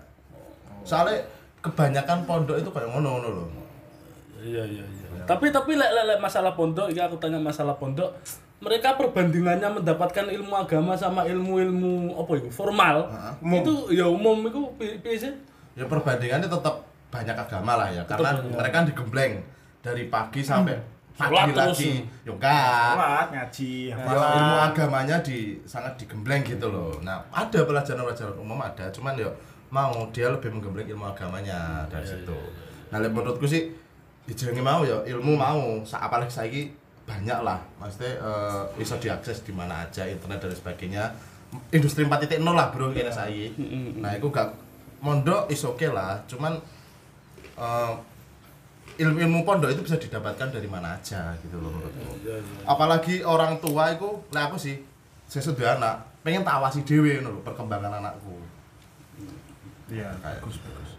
[SPEAKER 4] soalnya kebanyakan pondok itu kayak ngono ngono loh
[SPEAKER 1] Iya iya iya. Tapi tapi lek lek- lek masalah pondok, ya aku tanya masalah pondok. Mereka perbandingannya mendapatkan ilmu agama sama ilmu-ilmu apa itu formal itu ya umum itu pi- piye sih?
[SPEAKER 4] ya perbandingannya tetap banyak agama lah ya karena mereka digembleng dari pagi sampai
[SPEAKER 1] Hmm. Sholat
[SPEAKER 4] pagi
[SPEAKER 1] terus.
[SPEAKER 4] lagi yo enggak
[SPEAKER 2] Sholat, ngaji,
[SPEAKER 4] Ya, ilmu agamanya di sangat digembleng gitu loh. Nah, ada pelajaran-pelajaran umum ada, cuman ya mau dia lebih menggembleng ilmu agamanya dari situ. Nah, lek menurutku sih dijenengi mau ya ilmu mau, Sa- apalagi saiki banyak lah. Maksudnya eh, bisa diakses di mana aja internet dan sebagainya. Industri 4.0 lah, Bro, kene saiki. Nah, itu gak mondok is oke lah, cuman eh, ilmu-ilmu pondok itu bisa didapatkan dari mana aja gitu loh menurutku apalagi orang tua itu lah aku sih saya sudah anak pengen tak awasi dewi ngono lho, perkembangan anakku
[SPEAKER 2] Iya.
[SPEAKER 4] kayak Hmm. bagus bagus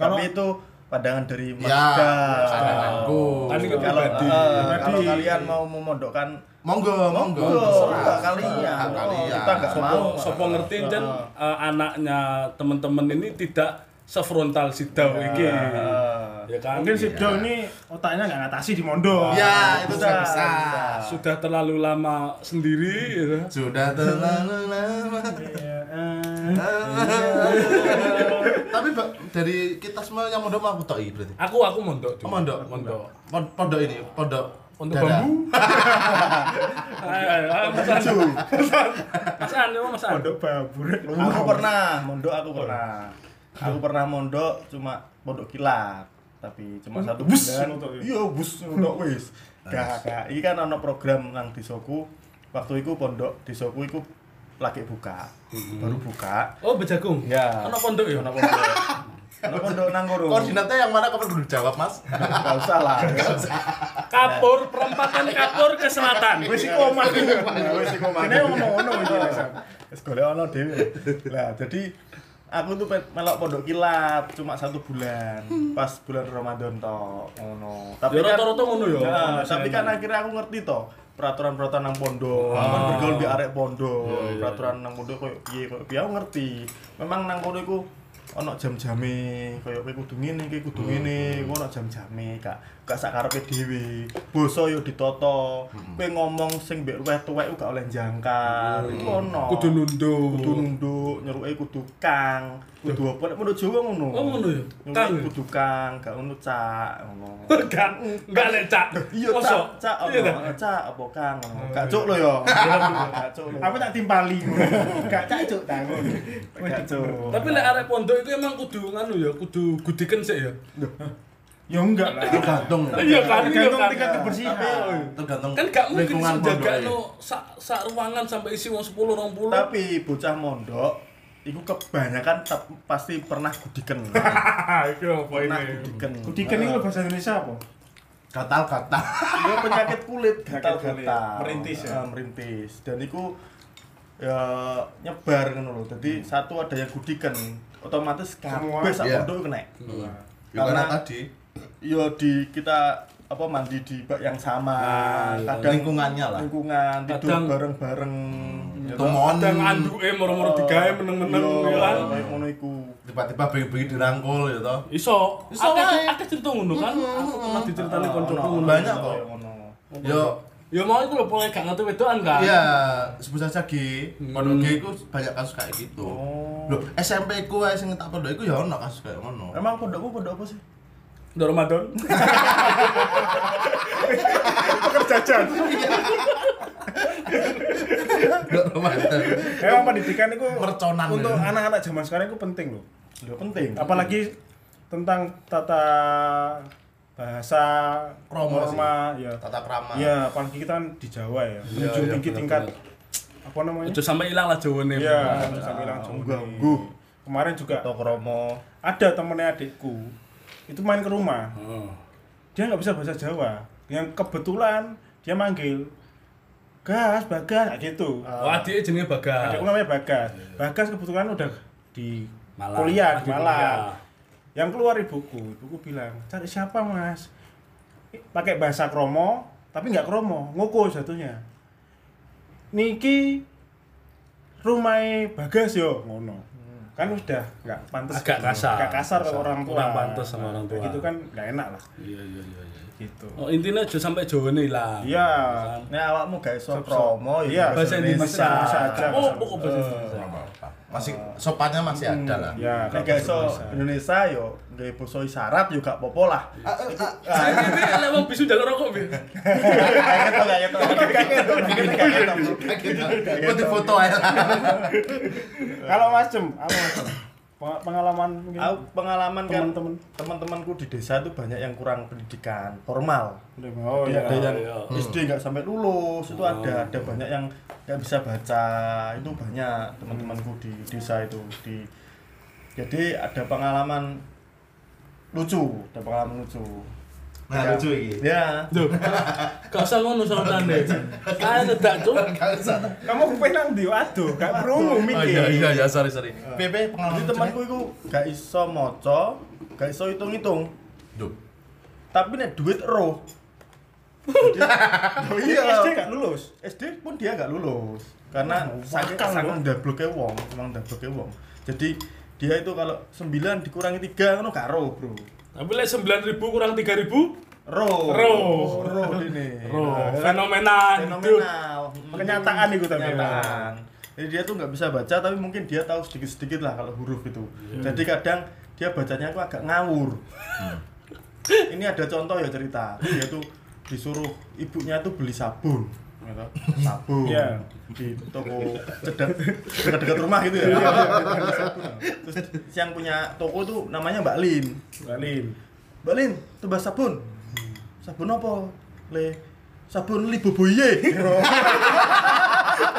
[SPEAKER 3] tapi itu pandangan dari
[SPEAKER 4] ya
[SPEAKER 3] mereka
[SPEAKER 4] pandanganku
[SPEAKER 1] Kan ini
[SPEAKER 3] kalau
[SPEAKER 1] pribadi.
[SPEAKER 3] eh,
[SPEAKER 2] Pribadi.
[SPEAKER 3] kalau kalian mau memondokkan
[SPEAKER 4] monggo monggo
[SPEAKER 3] Monggo,
[SPEAKER 4] terserah.
[SPEAKER 3] kalian.
[SPEAKER 4] Hak kalian
[SPEAKER 3] Kita nggak
[SPEAKER 1] Sopo,
[SPEAKER 3] mau.
[SPEAKER 1] sopo Oh, ngerti dan eh, anaknya teman-teman ini tidak sefrontal si Dau iki.
[SPEAKER 3] eh,
[SPEAKER 1] Ya kan?
[SPEAKER 2] Mungkin si Do ini otaknya nggak ngatasi di Mondo.
[SPEAKER 4] ya itu sudah bisa
[SPEAKER 3] Bisa.
[SPEAKER 1] sudah terlalu lama sendiri gitu.
[SPEAKER 4] sudah terlalu lama
[SPEAKER 2] Iya,
[SPEAKER 4] tapi Mbak, dari kita semua yang mondok mau aku tok iki berarti
[SPEAKER 1] Aku aku mondok
[SPEAKER 4] Oh,
[SPEAKER 1] dulu.
[SPEAKER 4] mondok
[SPEAKER 1] Mondok.
[SPEAKER 4] Pon- pondok ini pondok
[SPEAKER 1] Iya. Untuk
[SPEAKER 4] dadah.
[SPEAKER 1] bambu. Ayo, ayo, ayo, Mas An. Mas An, ya, Mas An.
[SPEAKER 2] Pondok babur.
[SPEAKER 3] aku pernah mondok aku pernah aku pernah mondok cuma mondok kilat tapi cuma satu
[SPEAKER 2] Bus,
[SPEAKER 3] bulan
[SPEAKER 2] mondok ya?
[SPEAKER 3] iya bus mondok wis gak gak iki kan ana program nang desaku waktu iku pondok desaku iku lagi buka
[SPEAKER 2] Mm-hmm.
[SPEAKER 3] baru buka
[SPEAKER 1] Oh, bejagung.
[SPEAKER 3] ya
[SPEAKER 1] Ono pondok ya.
[SPEAKER 3] ana pondok ana pondok nang kono
[SPEAKER 4] koordinatnya yang mana kamu perlu jawab mas
[SPEAKER 3] gak usah lah
[SPEAKER 1] Kapur perempatan kapur ke selatan.
[SPEAKER 3] wis iku omah wis iku omah kene ngono-ngono iki wis. wis golek ono dhewe lah jadi aku tuh pe- melok pondok kilat cuma satu bulan pas bulan Ramadan toh ngono
[SPEAKER 1] Ya rata-rata ngono ya.
[SPEAKER 3] Nah, tapi kan akhirnya aku ngerti toh peraturan-peraturan nang pondok,
[SPEAKER 1] Ah.
[SPEAKER 3] aman bergaul di arek pondok, peraturan nang pondok koyo piye koyo piye aku ngerti. Memang nang kono iku ono jam-jame, koyo kowe kudu ngene, kowe kudu
[SPEAKER 1] Hmm,
[SPEAKER 3] ngene, kowe ono jam-jame, gak gak sak karepe dhewe. Basa yo ditata,
[SPEAKER 1] Hmm.
[SPEAKER 3] kowe ngomong sing mbek luwih tuwek iku gak oleh jangkar. Iku ono.
[SPEAKER 1] Kudu nunduk.
[SPEAKER 3] kudu nunduk, nyeruke kudu kang, kudu apa nek menurut Jawa ngono.
[SPEAKER 1] Oh, ngono ya? Kang
[SPEAKER 3] Kang
[SPEAKER 1] ya?
[SPEAKER 3] kudu kang, gak ono cak ngono.
[SPEAKER 1] Enggak, Kan, enggak lek cak.
[SPEAKER 3] Iya,
[SPEAKER 1] Mosok?
[SPEAKER 3] cak, cak,
[SPEAKER 1] Iya,
[SPEAKER 2] kan?
[SPEAKER 1] Cak?
[SPEAKER 3] apa, cak, apa, kang,
[SPEAKER 2] Oh, iya.
[SPEAKER 3] gak cuk lo yo, gak cuk lo,
[SPEAKER 2] Aku tak timpali. Gak cacuk tak ngono.
[SPEAKER 3] gak cuk.
[SPEAKER 1] Tapi lek arek pondok itu emang kudu nganu ya, kudu gudiken sik ya.
[SPEAKER 2] Ya enggak lah.
[SPEAKER 4] tergantung
[SPEAKER 1] Iya kan, iya
[SPEAKER 2] Tergantung
[SPEAKER 1] kan.
[SPEAKER 2] tingkat kebersihan.
[SPEAKER 4] tergantung
[SPEAKER 1] Kan gak mungkin
[SPEAKER 4] lingkungan
[SPEAKER 1] sejaga
[SPEAKER 4] pondoknya.
[SPEAKER 1] no sak sak ruangan sampai isi wong 10 20.
[SPEAKER 3] ya. Tapi bocah mondok, iku kebanyakan tep- pasti pernah kudiken,
[SPEAKER 1] Ah, Iki apa
[SPEAKER 2] Oh, iya,
[SPEAKER 3] pernah kudiken.
[SPEAKER 2] Kudiken itu bahasa Indonesia apa?
[SPEAKER 4] gatal gatal
[SPEAKER 3] Iya, penyakit kulit,
[SPEAKER 2] kulit.
[SPEAKER 3] gatal-gatal,
[SPEAKER 2] Merintis ya?
[SPEAKER 3] Ah, merintis, dan iku ya nyebar ngono lho. Jadi satu ada yang kudiken, otomatis
[SPEAKER 2] Hmm. Semua.
[SPEAKER 3] kabeh sak
[SPEAKER 4] Iya.
[SPEAKER 3] pondok kena.
[SPEAKER 4] Ya, karena tadi
[SPEAKER 3] yo Iya, di kita apa mandi di bak yang sama
[SPEAKER 1] iya.
[SPEAKER 3] kadang
[SPEAKER 4] Lingkungannya lah.
[SPEAKER 3] lingkungan tidur
[SPEAKER 1] Kadang-
[SPEAKER 3] bareng bareng ya toh?
[SPEAKER 4] tumon
[SPEAKER 1] Dan anduke moro-moro
[SPEAKER 2] Oh.
[SPEAKER 1] digawe meneng-meneng
[SPEAKER 3] Iya,
[SPEAKER 1] ya kan.
[SPEAKER 3] kayak ngono iku
[SPEAKER 4] tiba-tiba bengi-bengi dirangkul ya toh
[SPEAKER 1] Iso.
[SPEAKER 4] Iso
[SPEAKER 1] Akeh
[SPEAKER 4] wae.
[SPEAKER 1] akeh cerita ngono kan. Aku pernah diceritani
[SPEAKER 2] Oh,
[SPEAKER 1] kancaku
[SPEAKER 3] Ono,
[SPEAKER 1] ngono.
[SPEAKER 4] banyak
[SPEAKER 3] ono,
[SPEAKER 4] kok.
[SPEAKER 3] kayak ngono.
[SPEAKER 4] yo
[SPEAKER 1] Ya mau iku lho pokoke gak ngerti wedokan kan.
[SPEAKER 4] iya sebut saja G pondok G itu banyak kasus kayak gitu loh SMP ku ae sing tak pondok iku ya ono kasus kayak ngono
[SPEAKER 3] emang pondokmu pondok apa sih
[SPEAKER 1] Udah Ramadan.
[SPEAKER 3] pekerjaan
[SPEAKER 4] Nggak Ramadan.
[SPEAKER 2] Emang pendidikan itu
[SPEAKER 4] Merconan
[SPEAKER 2] untuk
[SPEAKER 4] ya.
[SPEAKER 2] anak-anak zaman sekarang itu penting loh.
[SPEAKER 3] Nggak penting.
[SPEAKER 2] Apalagi tentang tata bahasa,
[SPEAKER 4] Kromo sih.
[SPEAKER 2] norma, ya.
[SPEAKER 4] Tata krama.
[SPEAKER 2] Ya, apalagi kita kan di Jawa ya.
[SPEAKER 4] Iya,
[SPEAKER 2] Menuju
[SPEAKER 4] iya,
[SPEAKER 2] tinggi tingkat apa namanya?
[SPEAKER 1] Itu sampai hilang lah Jawa nih.
[SPEAKER 2] Iya, sampai bilang Jawa
[SPEAKER 3] enggak,
[SPEAKER 2] nih.
[SPEAKER 3] enggak.
[SPEAKER 2] Kemarin juga
[SPEAKER 3] Tokromo.
[SPEAKER 2] ada temennya adikku itu main ke rumah. Dia nggak bisa bahasa Jawa. Yang kebetulan dia manggil Gas, Bagas, kayak gitu.
[SPEAKER 1] Wah, dia Oh, jenenge Bagas.
[SPEAKER 2] Adikku namanya Bagas. Bagas kebetulan udah di
[SPEAKER 1] Malang.
[SPEAKER 2] kuliah di
[SPEAKER 1] Lagi
[SPEAKER 2] Malang.
[SPEAKER 1] kuliah.
[SPEAKER 2] Yang keluar ibuku, ibuku bilang, "Cari siapa, Mas?" Eh, Pakai bahasa kromo, tapi nggak kromo, ngoko satunya. Niki rumai Bagas yo ngono. Kan udah nggak pantas
[SPEAKER 1] Hmm. Agak kasar.
[SPEAKER 2] Agak kasar ke
[SPEAKER 1] Kasar.
[SPEAKER 2] orang tua.
[SPEAKER 1] Kurang pantas sama orang tua.
[SPEAKER 2] Itu kan nggak enak lah
[SPEAKER 1] Iya, iya, iya, iya.
[SPEAKER 2] gitu.
[SPEAKER 1] Oh, intinya aja sampai Jawa nih lah.
[SPEAKER 2] Iya.
[SPEAKER 3] Nek awakmu gak iso
[SPEAKER 2] Sop-sop.
[SPEAKER 3] kromo
[SPEAKER 2] Iya,
[SPEAKER 3] ya
[SPEAKER 1] Bahasa Indonesia.
[SPEAKER 2] Indonesia aja. Eh.
[SPEAKER 1] Oh, pokok bahasa Indonesia.
[SPEAKER 4] Nggak apa-apa. Masih sopannya masih ada lah.
[SPEAKER 2] Ya,
[SPEAKER 3] Nek gak iso Indonesia yo nggak iso isyarat yo gak apa-apa lah.
[SPEAKER 1] Saya Ah, ini elek wong bisu jago rokok, Bi.
[SPEAKER 3] Kayak gitu kayak gitu.
[SPEAKER 4] Putih foto aja lah.
[SPEAKER 2] Kalau Mas Jem, apa Mas Jem? Peng- Pengalaman mungkin
[SPEAKER 3] Aku pengalaman kan
[SPEAKER 2] Iya. Teman-teman.
[SPEAKER 3] teman-temanku di desa itu banyak yang kurang pendidikan formal.
[SPEAKER 2] Udah, Oh
[SPEAKER 3] Jadi
[SPEAKER 2] iya.
[SPEAKER 3] ada yang
[SPEAKER 1] iya.
[SPEAKER 3] SD nggak sampai lulus itu ada ada banyak yang nggak bisa baca itu banyak teman-temanku di desa itu di jadi ada pengalaman lucu ada pengalaman lucu
[SPEAKER 4] Nah,
[SPEAKER 3] Ya.
[SPEAKER 4] lucu iki.
[SPEAKER 3] ya
[SPEAKER 1] Duh. Gak usah ngono sautane. Kan tidak, Cuk.
[SPEAKER 4] Kalau sana.
[SPEAKER 2] Kamu penang di aduh, gak perlu
[SPEAKER 4] Oh
[SPEAKER 2] mikir.
[SPEAKER 4] iya iya iya sorry sorry. PP pengalaman
[SPEAKER 3] jadi temanku itu nggak iso moco nggak iso hitung hitung
[SPEAKER 4] Duh.
[SPEAKER 3] tapi nek duit roh
[SPEAKER 2] Ini
[SPEAKER 3] iya.
[SPEAKER 2] SD gak lulus.
[SPEAKER 3] SD pun dia nggak lulus karena
[SPEAKER 2] Oh,
[SPEAKER 3] saking
[SPEAKER 2] wakal
[SPEAKER 3] saking
[SPEAKER 2] loh.
[SPEAKER 3] ndabloke wong, emang ndabloke wong. Jadi dia itu kalau 9 dikurangi 3 ngono gak roh, Bro.
[SPEAKER 1] Tapi lek 9000 kurang 3000,
[SPEAKER 3] Roh.
[SPEAKER 1] Roh.
[SPEAKER 3] Roh ini.
[SPEAKER 1] roh.
[SPEAKER 3] Nah,
[SPEAKER 1] Fenomena hidup.
[SPEAKER 3] fenomenal.
[SPEAKER 2] Kenyataan itu tapi.
[SPEAKER 3] Kenyataan. Jadi dia tuh nggak bisa baca tapi mungkin dia tahu sedikit-sedikit lah kalau huruf itu. Jadi kadang dia bacanya aku agak ngawur. Ini ada contoh ya cerita. Dia tuh disuruh ibunya tuh beli sabun. Gitu. Sabun
[SPEAKER 2] Iya.
[SPEAKER 3] di toko cedak dekat-dekat rumah gitu
[SPEAKER 2] Iya,
[SPEAKER 3] ya. Terus yang punya toko tuh namanya Mbak Lin.
[SPEAKER 2] Galim.
[SPEAKER 3] Mbak Lin, tebas sabun. Sabun apa? Le sabun li boboye.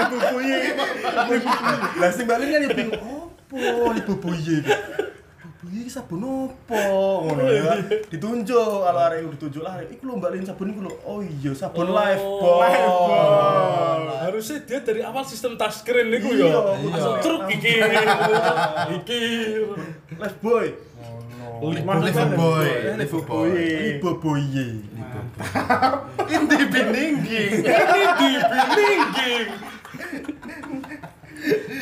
[SPEAKER 3] boboye. Lah sing Mbak Lin kan ya bingung, opo li boboye? Boboye iki sabun apa? Ngono ya. Ditunjuk kalau arek udah ditunjuk lah, iku lho Mbak Lin sabun iku lho. Oh iya, sabun
[SPEAKER 1] Oh,
[SPEAKER 3] live boy.
[SPEAKER 1] Life
[SPEAKER 2] Oh.
[SPEAKER 1] Boy. Harusnya dia dari awal sistem touchscreen niku ya.
[SPEAKER 3] Iya,
[SPEAKER 1] Langsung
[SPEAKER 3] iya.
[SPEAKER 1] truk iki. Iki.
[SPEAKER 3] Live boy.
[SPEAKER 4] Liverpool. Liverpool.
[SPEAKER 3] Li boboye.
[SPEAKER 4] Inti bininggi.
[SPEAKER 1] Ini di bilingging.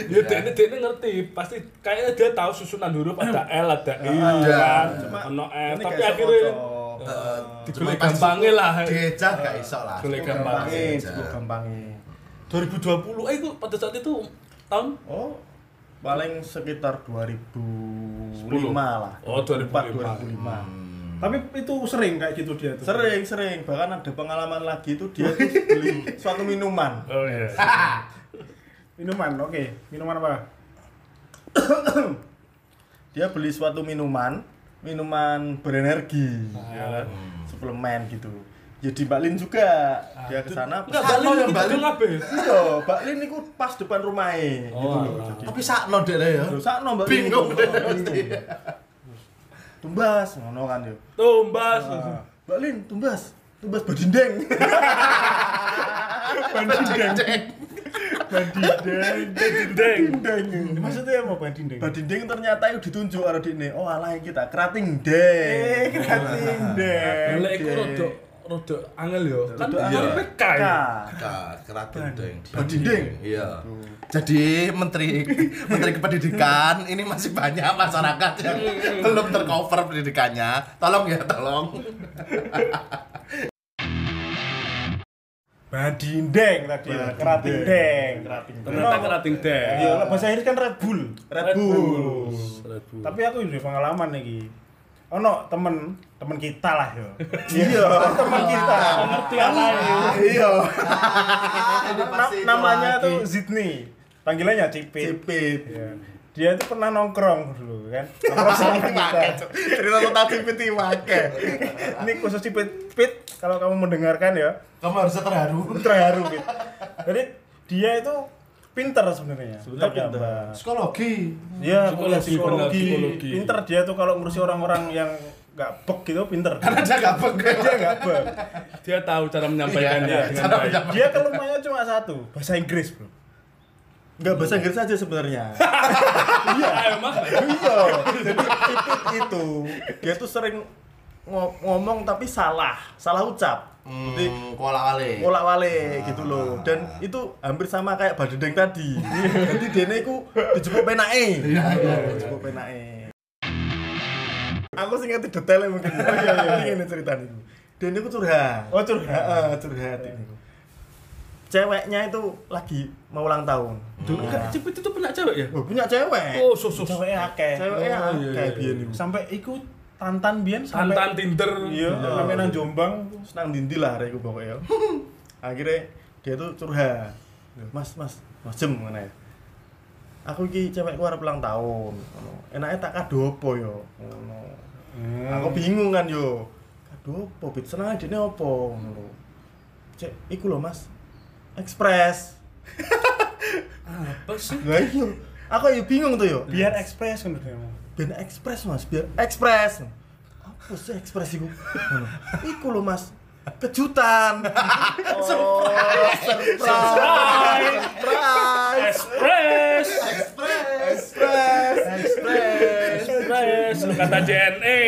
[SPEAKER 1] Ya dene dene ngerti, pasti kayaknya dia tahu susunan huruf ada L, ada I,
[SPEAKER 4] Ada.
[SPEAKER 1] kan,
[SPEAKER 3] Cuma
[SPEAKER 1] ono F,
[SPEAKER 3] ini
[SPEAKER 1] tapi
[SPEAKER 3] kayak
[SPEAKER 1] akhirnya
[SPEAKER 3] sokocok.
[SPEAKER 1] eh,
[SPEAKER 4] Cuma
[SPEAKER 1] dibeli
[SPEAKER 4] pas
[SPEAKER 1] gampangnya lah.
[SPEAKER 4] Digecat gak iso lah.
[SPEAKER 1] Boleh gampang.
[SPEAKER 3] gampangnya
[SPEAKER 4] aja.
[SPEAKER 3] cukup gampangnya
[SPEAKER 1] 2020, eh itu pada saat itu tahun
[SPEAKER 3] oh paling sekitar 2005 lah
[SPEAKER 1] Oh, 2005.
[SPEAKER 3] 2004 2005
[SPEAKER 2] Tapi itu sering kayak gitu dia tuh.
[SPEAKER 3] sering sering bahkan ada pengalaman lagi itu dia tuh beli suatu minuman
[SPEAKER 1] Oh iya.
[SPEAKER 2] Minuman, oke. Minuman apa?
[SPEAKER 3] dia beli suatu minuman minuman berenergi ya kan?
[SPEAKER 1] Hmm.
[SPEAKER 3] suplemen gitu jadi Mbak Lin juga dia ke sana
[SPEAKER 1] Enggak
[SPEAKER 4] Satu
[SPEAKER 1] balik
[SPEAKER 4] yang
[SPEAKER 1] itu
[SPEAKER 4] balik.
[SPEAKER 1] dong kabeh.
[SPEAKER 3] iya Mbak Lin itu pas depan rumahnya
[SPEAKER 1] Oh,
[SPEAKER 3] gitu loh
[SPEAKER 1] alah.
[SPEAKER 3] jadi
[SPEAKER 4] Tapi sakno dek lah ya.
[SPEAKER 3] terus sakno Mbak Lin
[SPEAKER 4] Bingung dek mesti.
[SPEAKER 3] Bingung. tumbas ngono kan yo
[SPEAKER 1] Tumbas.
[SPEAKER 3] Mbak Lin, tumbas. Tumbas badindeng.
[SPEAKER 4] Cek.
[SPEAKER 1] Deng.
[SPEAKER 2] Dinding. Maksudnya apa bukan dinding?
[SPEAKER 3] badindeng ternyata itu ditunjuk karo dikne. Oh, alah iki tak kerating deng.
[SPEAKER 2] Kerating Eh, deng.
[SPEAKER 1] Lek iku rodok rodok angel yo. Kan
[SPEAKER 3] Rodok
[SPEAKER 4] angel.
[SPEAKER 1] uripe kae.
[SPEAKER 3] Nah,
[SPEAKER 4] Keratin deng.
[SPEAKER 3] Badinding.
[SPEAKER 4] Iya. Oh, Jadi menteri menteri kependidikan ini masih banyak masyarakat yang belum tercover pendidikannya. Tolong ya, tolong.
[SPEAKER 2] Badindeng tadi. Kerating deng. Kerating
[SPEAKER 1] Ternyata kerating deng.
[SPEAKER 2] Iya, lah, bahasa Inggris kan Red Bull.
[SPEAKER 3] Red Bull.
[SPEAKER 1] Seribu.
[SPEAKER 2] Tapi aku udah pengalaman nih. Ki. ono temen temen kita lah yo iya temen kita
[SPEAKER 1] pengertian lain
[SPEAKER 2] iya
[SPEAKER 4] Nah, Ini
[SPEAKER 2] Na-
[SPEAKER 4] pasti itu
[SPEAKER 2] namanya
[SPEAKER 4] lagi.
[SPEAKER 2] tuh Zidni panggilannya Cipit
[SPEAKER 4] Cipit.
[SPEAKER 2] Iya. dia itu pernah nongkrong dulu kan nongkrong sama
[SPEAKER 4] Wakai,
[SPEAKER 2] kita
[SPEAKER 4] Cuk. Cerita tentang Cipit ini wakai.
[SPEAKER 2] ini khusus Cipit Pit kalau kamu mendengarkan ya
[SPEAKER 4] Kamu harusnya terharu.
[SPEAKER 2] terharu Pit jadi dia itu pinter sebenarnya
[SPEAKER 3] Sebenarnya
[SPEAKER 2] Pinter
[SPEAKER 3] pinter.
[SPEAKER 2] gambar.
[SPEAKER 4] Psikologi.
[SPEAKER 2] Iya,
[SPEAKER 1] Psikologi,
[SPEAKER 2] kuliah psikologi.
[SPEAKER 1] psikologi.
[SPEAKER 2] Pinter dia tuh kalau ngurusi orang-orang yang gak pek gitu, pinter.
[SPEAKER 4] Karena dia gak pegel.
[SPEAKER 2] dia gak pek.
[SPEAKER 1] dia tahu cara menyampaikannya
[SPEAKER 4] Iya,
[SPEAKER 1] dengan
[SPEAKER 4] cara
[SPEAKER 1] baik
[SPEAKER 4] menyampaikan.
[SPEAKER 2] Dia kelemahannya cuma satu, bahasa Inggris, Bro.
[SPEAKER 3] Enggak bahasa Inggris aja sebenarnya.
[SPEAKER 1] iya emang
[SPEAKER 3] iya. Jadi Pipit itu dia tuh sering ngo- ngomong tapi salah, salah ucap. Jadi
[SPEAKER 4] Hmm, koala kali.
[SPEAKER 3] bolak wale gitu loh dan itu hampir sama kayak badendeng tadi jadi dene iku dijemput penake iya dijemput penake aku sih ngerti detailnya mungkin oh iya iya ini ceritanya itu dene iku curhat
[SPEAKER 2] Oh, curhat.
[SPEAKER 3] Heeh, curhat ini ceweknya itu lagi mau ulang tahun
[SPEAKER 1] dulu kan cepet itu pernah cewek ya
[SPEAKER 3] oh, punya cewek
[SPEAKER 1] oh susus
[SPEAKER 2] Ceweknya akeh.
[SPEAKER 3] ceweknya
[SPEAKER 1] Oh, iya,
[SPEAKER 3] kayak
[SPEAKER 1] iya.
[SPEAKER 3] biyen iku
[SPEAKER 2] Sampai ikut tantan biyen sampai
[SPEAKER 1] santan tinder
[SPEAKER 2] Iya, sampai nang Jombang.
[SPEAKER 3] senang dindi lah hari itu pokoknya akhirnya dia tuh curhat mas mas mas jem mana ya aku ki cewekku arep ulang tahun ngono. enaknya tak kado apa yo ngono. aku bingung kan yo kado apa bit senang aja ini apa ngono. cek iku loh mas express
[SPEAKER 1] apa sih
[SPEAKER 3] lah iyo aku yo bingung tuh yo
[SPEAKER 2] Biar ekspres kan dia mau.
[SPEAKER 3] ben ekspres mas biar ekspres apa sih ekspres iku Ngono. iku loh mas kejutan Oh, surprise surprise surprise
[SPEAKER 1] express
[SPEAKER 3] surprise surprise
[SPEAKER 1] express kata E. JNE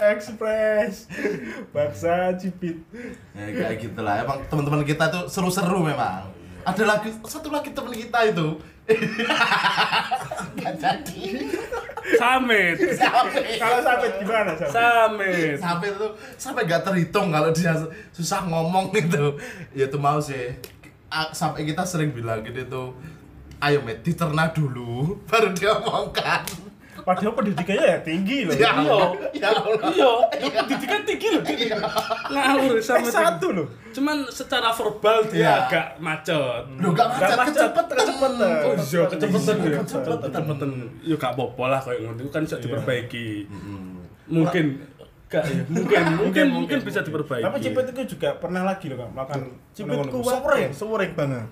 [SPEAKER 2] Ekspres. Bahasa Cipit.
[SPEAKER 4] Ya, kayak gitu lah. Emang teman-teman kita tuh seru-seru memang. Ada lagi satu lagi teman kita itu. Gak jadi.
[SPEAKER 1] summit
[SPEAKER 2] Kalau sampai gimana sampai?
[SPEAKER 1] summit
[SPEAKER 4] Sampai itu sampai gak terhitung kalau dia susah ngomong itu. Ya itu mau sih. A- Sampai kita sering bilang gitu tuh. Ayo met diterna dulu baru dia omongkan.
[SPEAKER 2] Padahal pendidikannya ya tinggi loh.
[SPEAKER 4] Ya
[SPEAKER 1] Iya.
[SPEAKER 4] Allah. Ya Allah.
[SPEAKER 1] iya itu pendidikan tinggi loh Dit. ngawur sama
[SPEAKER 2] S1 Eh, loh.
[SPEAKER 1] cuman secara verbal dia
[SPEAKER 4] Iya.
[SPEAKER 1] agak macet
[SPEAKER 4] Lu
[SPEAKER 2] Gak
[SPEAKER 4] gak macet
[SPEAKER 2] macet,
[SPEAKER 4] kecepet
[SPEAKER 2] kecepetan.
[SPEAKER 1] Oh iya, kecepatan ya.
[SPEAKER 4] Kecepatan.
[SPEAKER 1] Kecepatan. Ya gak apa-apa lah kayak ngono itu kan bisa diperbaiki. Mungkin gak ya, mungkin mungkin mungkin bisa diperbaiki.
[SPEAKER 2] Tapi Cipit itu juga pernah lagi loh Kak, makan
[SPEAKER 3] cipitku
[SPEAKER 2] Sore.
[SPEAKER 3] sering sering banget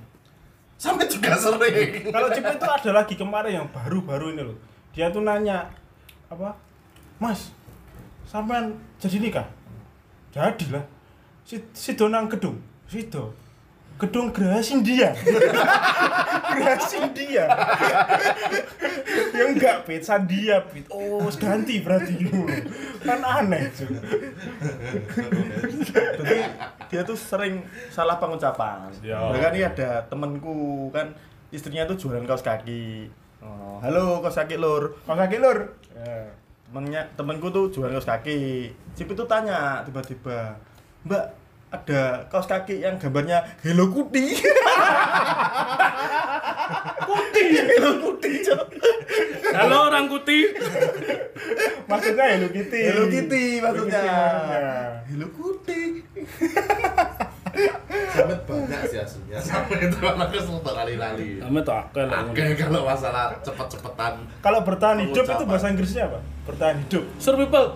[SPEAKER 4] Sampai juga sering.
[SPEAKER 2] Kalau Cipit itu ada lagi kemarin yang baru-baru ini loh. Dia tuh nanya apa? Mas, sampean jadi nikah? Jadi lah. Si, si Donang Gedung, si Do. Gedung gerasin dia. gerasin dia. ya enggak, Pit. Sandia, Pit. Oh, wis ganti berarti. kan aneh, cuy.
[SPEAKER 3] jadi dia tuh sering salah pengucapan
[SPEAKER 1] Ya.
[SPEAKER 3] bahkan ini ada temenku kan istrinya tuh jualan kaos kaki Oh, halo kaos kaki lur
[SPEAKER 2] Maka Lur. Ya.
[SPEAKER 3] temennya temenku tuh jualan kaos kaki Cip itu tanya tiba-tiba mbak ada kaos kaki yang gambarnya Hello Kitty Kuti Hello Kitty Cok.
[SPEAKER 1] Halo orang kuti.
[SPEAKER 2] Maksudnya Hello Kitty.
[SPEAKER 3] Hello Kitty maksudnya
[SPEAKER 2] Ya.
[SPEAKER 3] Hello Kitty
[SPEAKER 4] Sampai banyak sih aslinya. Sampai itu anaknya sempat lali-lali.
[SPEAKER 1] Sama tuh ya. akal lah ngono.
[SPEAKER 4] Oke, kalau masalah cepet-cepetan
[SPEAKER 2] Kalau
[SPEAKER 3] Oh,
[SPEAKER 2] bertahan hidup itu
[SPEAKER 4] Pengucapan.
[SPEAKER 2] bahasa Inggrisnya apa? Bertahan hidup.
[SPEAKER 1] Sir people,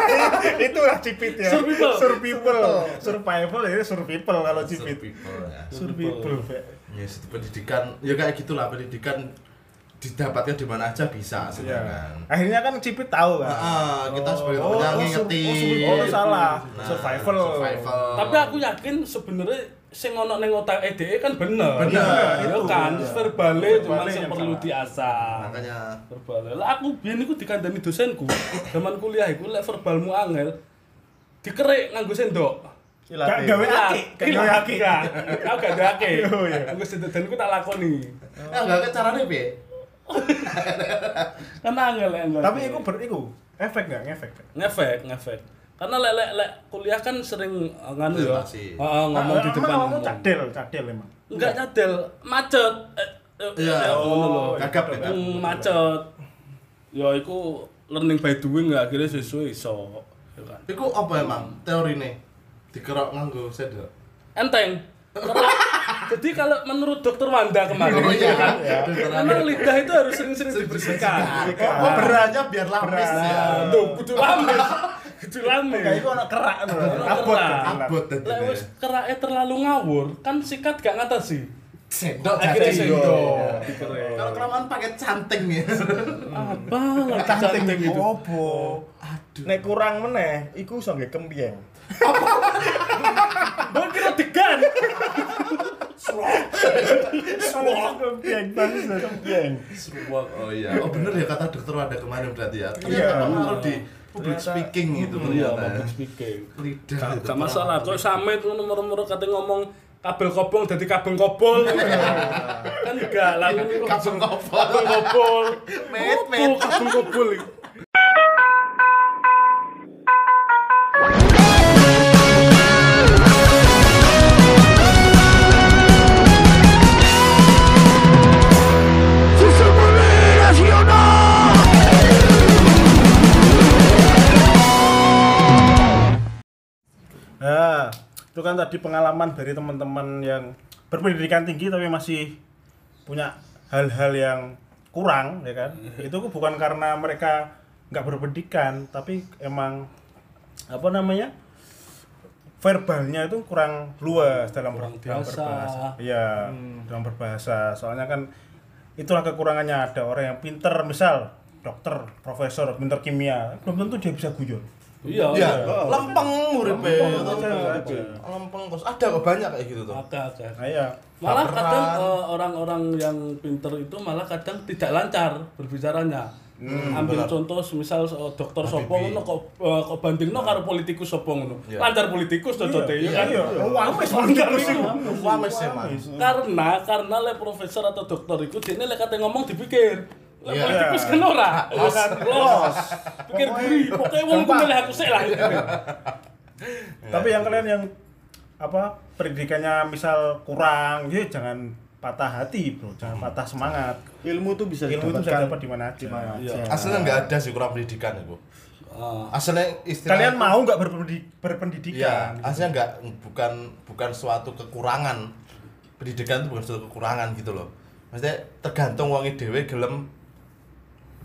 [SPEAKER 2] Itulah cipit ya.
[SPEAKER 1] Survival.
[SPEAKER 2] Survival. Survival ya survival kalau cipit.
[SPEAKER 4] people ya.
[SPEAKER 2] Survival.
[SPEAKER 4] Ya, situ pendidikan, ya kayak gitulah pendidikan didapatkan di mana aja
[SPEAKER 2] Ya.
[SPEAKER 4] bisa sebenarnya.
[SPEAKER 2] Akhirnya kan cipit tahu kan.
[SPEAKER 4] Ah, kita sebagai
[SPEAKER 2] oh,
[SPEAKER 4] penyanyi
[SPEAKER 2] oh, sur-
[SPEAKER 4] ngerti.
[SPEAKER 2] oh, sur- oh, salah.
[SPEAKER 4] Nah,
[SPEAKER 2] Survival.
[SPEAKER 4] Survival.
[SPEAKER 1] tapi aku yakin sebenarnya sing ono ning otak EDE kan bener.
[SPEAKER 4] Bener,
[SPEAKER 1] Ya
[SPEAKER 2] itu.
[SPEAKER 1] kan verbale cuman
[SPEAKER 2] Verbale
[SPEAKER 1] sing
[SPEAKER 2] yang
[SPEAKER 1] perlu
[SPEAKER 2] salah.
[SPEAKER 1] diasah.
[SPEAKER 4] Makanya
[SPEAKER 1] verbal lah aku biyen iku dikandani dosenku zaman kuliah iku lek verbalmu angel dikerek nganggo sendok
[SPEAKER 2] Gak
[SPEAKER 3] Silatin.
[SPEAKER 2] gawe aki, gak gawe
[SPEAKER 1] Gak-
[SPEAKER 2] aki.
[SPEAKER 1] gak aku gak ada ake
[SPEAKER 2] Oh, iya.
[SPEAKER 1] nganggo sendok dan aku tak lakoni
[SPEAKER 4] eh enggak kan caranya piye?
[SPEAKER 1] kan angel lek nganggo
[SPEAKER 2] Tapi
[SPEAKER 1] ake.
[SPEAKER 2] iku ber iku efek gak ngefek. gak?
[SPEAKER 1] ngefek ngefek karena lek lek lek kuliah kan sering uh, nganu ya
[SPEAKER 4] Presentasi.
[SPEAKER 1] Heeh, ngomong di
[SPEAKER 2] Ah, Nah, Emang
[SPEAKER 1] depan
[SPEAKER 2] Ngomong
[SPEAKER 1] umum.
[SPEAKER 2] cadel, cadel emang.
[SPEAKER 1] enggak nyadel macet Eh, eh, eh,
[SPEAKER 4] Iya,
[SPEAKER 1] ngono
[SPEAKER 2] iya.
[SPEAKER 4] oh,
[SPEAKER 1] lho.
[SPEAKER 4] gagap ya.
[SPEAKER 1] Hmm, macet ya iku learning by doing ya akhirnya sesuai iso ya kan
[SPEAKER 4] Iku apa emang teorine? Dikerok nganggo sendok.
[SPEAKER 1] enteng jadi kalau menurut dokter Wanda kemarin
[SPEAKER 4] Oh iya,
[SPEAKER 1] ya kan
[SPEAKER 4] iya.
[SPEAKER 1] memang lidah itu harus sering-sering dibersihkan
[SPEAKER 4] Oh, oh beranya biar lapis ya.
[SPEAKER 1] Aduh, kudu lame kudu lame
[SPEAKER 2] Kayak itu anak kerak lho.
[SPEAKER 1] Ono
[SPEAKER 2] Abot.
[SPEAKER 1] kerak.
[SPEAKER 2] kan.
[SPEAKER 4] Abot
[SPEAKER 1] Lek
[SPEAKER 4] tadi.
[SPEAKER 1] wis kerake terlalu ngawur, kan sikat gak ngatasi.
[SPEAKER 4] Sendok
[SPEAKER 1] Akhirnya
[SPEAKER 4] jadi
[SPEAKER 1] sendok.
[SPEAKER 4] yo. Kalau kelamaan pakai canting ya.
[SPEAKER 1] Apa lagi cantik itu?
[SPEAKER 3] Opo. Nek kurang meneh, iku iso nggih kempieng.
[SPEAKER 1] Gua kira degan.
[SPEAKER 2] kan
[SPEAKER 3] Kempieng bangsa kempieng.
[SPEAKER 4] Seruak. Oh iya. Oh bener ya kata dokter Wanda kemarin berarti ya.
[SPEAKER 2] Iya.
[SPEAKER 4] Ternyata pengaruh di public speaking gitu
[SPEAKER 1] Iya,
[SPEAKER 4] ternyata. ya.
[SPEAKER 1] public speaking.
[SPEAKER 4] Lidah. gitu. itu
[SPEAKER 1] Gak masalah, kok samit ngono nomor-nomor kate ngomong kabel kobong jadi kabel kobol. kan enggak lah ngono.
[SPEAKER 4] Kabel kobol.
[SPEAKER 1] Kabel kobol.
[SPEAKER 4] Met,
[SPEAKER 1] Opo
[SPEAKER 4] met.
[SPEAKER 1] Kabel kobol. iki?
[SPEAKER 2] Nah, itu kan tadi pengalaman dari teman-teman yang berpendidikan tinggi tapi masih punya hal-hal yang kurang, ya kan?
[SPEAKER 1] Iya.
[SPEAKER 2] Itu bukan karena mereka nggak berpendidikan, tapi emang apa namanya verbalnya itu kurang luas dalam,
[SPEAKER 1] Kurang
[SPEAKER 2] ber- dalam
[SPEAKER 1] biasa. Hmm.
[SPEAKER 2] berbahasa. Iya, dalam berbahasa. Soalnya kan itulah kekurangannya ada orang yang pinter, misal dokter, profesor, pinter kimia, belum tentu dia bisa guyon.
[SPEAKER 1] Iya. iya.
[SPEAKER 4] Ya, lempeng uripe.
[SPEAKER 2] Ada- ada.
[SPEAKER 4] Lempeng terus ada kok banyak kayak gitu tuh.
[SPEAKER 1] Oke, oke.
[SPEAKER 2] Nah, iya.
[SPEAKER 1] malah
[SPEAKER 4] Baperan.
[SPEAKER 1] kadang eh, orang-orang yang pinter itu malah kadang tidak lancar berbicaranya
[SPEAKER 4] Hmm,
[SPEAKER 1] ambil contoh semisal eh, dokter sopo ngono kok eh, kok bandingno karo politikus sopo ngono
[SPEAKER 4] Nah. Iya.
[SPEAKER 1] lancar politikus dodote ya kan
[SPEAKER 2] Iya, wames
[SPEAKER 1] Lancar itu.
[SPEAKER 4] Wah, mes emang.
[SPEAKER 1] karena karena le profesor atau dokter itu dia lek kate ngomong dipikir le
[SPEAKER 4] Iya.
[SPEAKER 1] politikus kan ora
[SPEAKER 2] Iya
[SPEAKER 1] los los pikir buri pokoknya wong ku
[SPEAKER 2] Gampang. Iya.
[SPEAKER 1] milih aku sik lah
[SPEAKER 4] Iya.
[SPEAKER 2] Tapi yang kalian yang apa pendidikannya misal kurang, ya jangan patah hati, Bro. Jangan
[SPEAKER 4] Hmm.
[SPEAKER 2] patah semangat.
[SPEAKER 3] Ilmu tuh bisa
[SPEAKER 2] Ilmu itu bisa dapat di mana aja.
[SPEAKER 1] Iya.
[SPEAKER 4] Aslinya nggak ada sih kurang pendidikan itu.
[SPEAKER 1] Ah,
[SPEAKER 4] Aslinya istilah
[SPEAKER 2] Kalian
[SPEAKER 4] itu-
[SPEAKER 2] mau nggak berpendi-
[SPEAKER 4] Iya,
[SPEAKER 2] berpendidikan?
[SPEAKER 4] aslinya nggak bukan bukan suatu kekurangan. Pendidikan itu bukan suatu kekurangan gitu loh. Maksudnya tergantung wonge dhewe gelem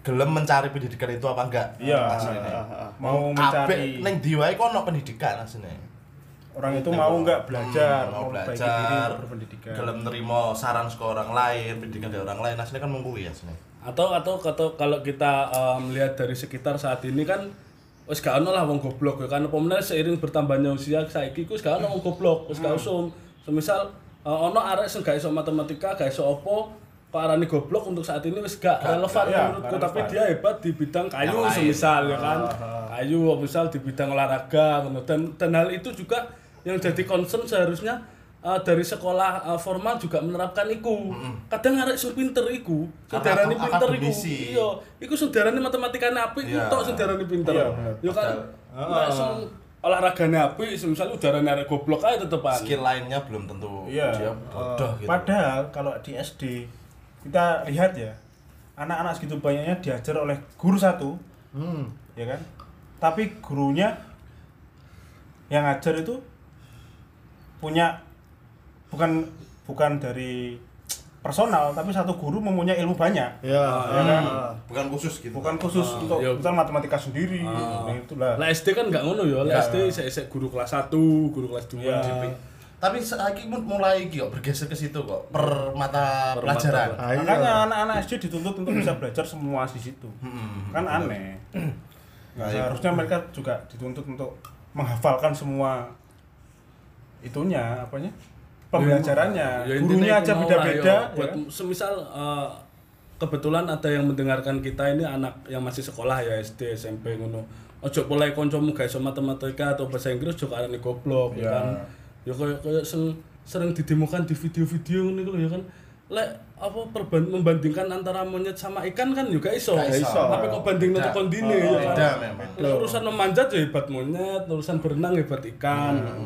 [SPEAKER 4] gelem mencari pendidikan itu apa Ah, enggak.
[SPEAKER 2] Iya.
[SPEAKER 4] aslinya.
[SPEAKER 2] Mau
[SPEAKER 4] Kabeh
[SPEAKER 2] mencari
[SPEAKER 4] ning diwae kok ono pendidikan aslinya.
[SPEAKER 2] orang itu mau nggak belajar,
[SPEAKER 4] Hmm, mau
[SPEAKER 2] memperbaiki
[SPEAKER 4] belajar,
[SPEAKER 2] diri, berpendidikan.
[SPEAKER 4] gelem nerima saran saka orang lain, pendidikan dari orang lain aslinya kan mengkuwi aslinya.
[SPEAKER 1] atau atau atau kalau kita eh, melihat dari sekitar saat ini kan wis gak ono lah wong goblok ya kan apa meneh seiring bertambahnya usia saiki ku wis gak ono wong goblok wis gak usum semisal eh, ono arek sing gak iso matematika gak iso apa kok arani goblok untuk saat ini wis gak relevan
[SPEAKER 2] iya,
[SPEAKER 1] menurutku
[SPEAKER 2] gak
[SPEAKER 1] tapi
[SPEAKER 2] relevan.
[SPEAKER 1] dia hebat di bidang kayu
[SPEAKER 4] Yang lain.
[SPEAKER 1] semisal ya kan kayu misal di bidang olahraga ngono. dan dan hal itu juga yang jadi concern seharusnya eh, dari sekolah eh, formal juga menerapkan iku kadang arek sing pinter iku saudarane
[SPEAKER 4] Akad-
[SPEAKER 1] pinter iku
[SPEAKER 4] akademisi.
[SPEAKER 1] iya iku saudarane matematikane apik iku
[SPEAKER 4] Iya.
[SPEAKER 1] tok saudarane pinter
[SPEAKER 2] Iya, bener. Ah.
[SPEAKER 1] yo kan nek sing olahragane apik misale udarane arek goblok ae tetepan
[SPEAKER 4] Skill lainnya belum tentu
[SPEAKER 2] Iya.
[SPEAKER 4] dia bodoh gitu.
[SPEAKER 2] Padahal kalau di SD kita lihat ya, anak-anak segitu banyaknya diajar oleh guru satu, ya kan? Tapi gurunya yang ngajar itu punya bukan bukan dari personal, tapi satu guru mempunyai ilmu banyak,
[SPEAKER 3] Ya.
[SPEAKER 2] ya kan?
[SPEAKER 4] bukan khusus gitu.
[SPEAKER 2] Bukan khusus untuk
[SPEAKER 1] iya.
[SPEAKER 2] misal matematika sendiri, nah, itulah.
[SPEAKER 1] lah SD kan gak ngono yo lah SD sik guru kelas 1 guru kelas 2
[SPEAKER 2] Iya.
[SPEAKER 4] Eh, Tapi saiki mu- mulai iki kok bergeser ke situ kok per mata
[SPEAKER 1] Per
[SPEAKER 4] pelajaran.
[SPEAKER 1] mata.
[SPEAKER 3] Ah, iya.
[SPEAKER 2] Makanya kan anak-anak SD dituntut untuk bisa belajar semua di situ. Kan aneh. Nggak seharusnya mereka juga dituntut untuk menghafalkan semua itunya, apanya? Pembelajarannya.
[SPEAKER 1] Ya, intinya
[SPEAKER 2] Gurunya
[SPEAKER 1] itu
[SPEAKER 2] aja
[SPEAKER 1] mau lah,
[SPEAKER 2] beda-beda.
[SPEAKER 1] yo.
[SPEAKER 2] ya
[SPEAKER 1] Buat-
[SPEAKER 2] kan?
[SPEAKER 1] semisal eh, kebetulan ada yang mendengarkan kita ini anak yang masih sekolah ya SD SMP ngono ojo mulai kancamu gak iso matematika atau bahasa Inggris ojo karane goblok ya
[SPEAKER 2] Ya.
[SPEAKER 1] kan ya koyo koyo sing sering didemokan di video-video ngene iku lho ya kan lek apa perban- membandingkan antara monyet sama ikan kan juga iso,
[SPEAKER 4] Gak iso.
[SPEAKER 1] tapi kok banding
[SPEAKER 4] Beda.
[SPEAKER 1] kondine ya kan
[SPEAKER 4] Beda memang.
[SPEAKER 1] Lek urusan memanjat ya hebat monyet urusan berenang hebat ikan atau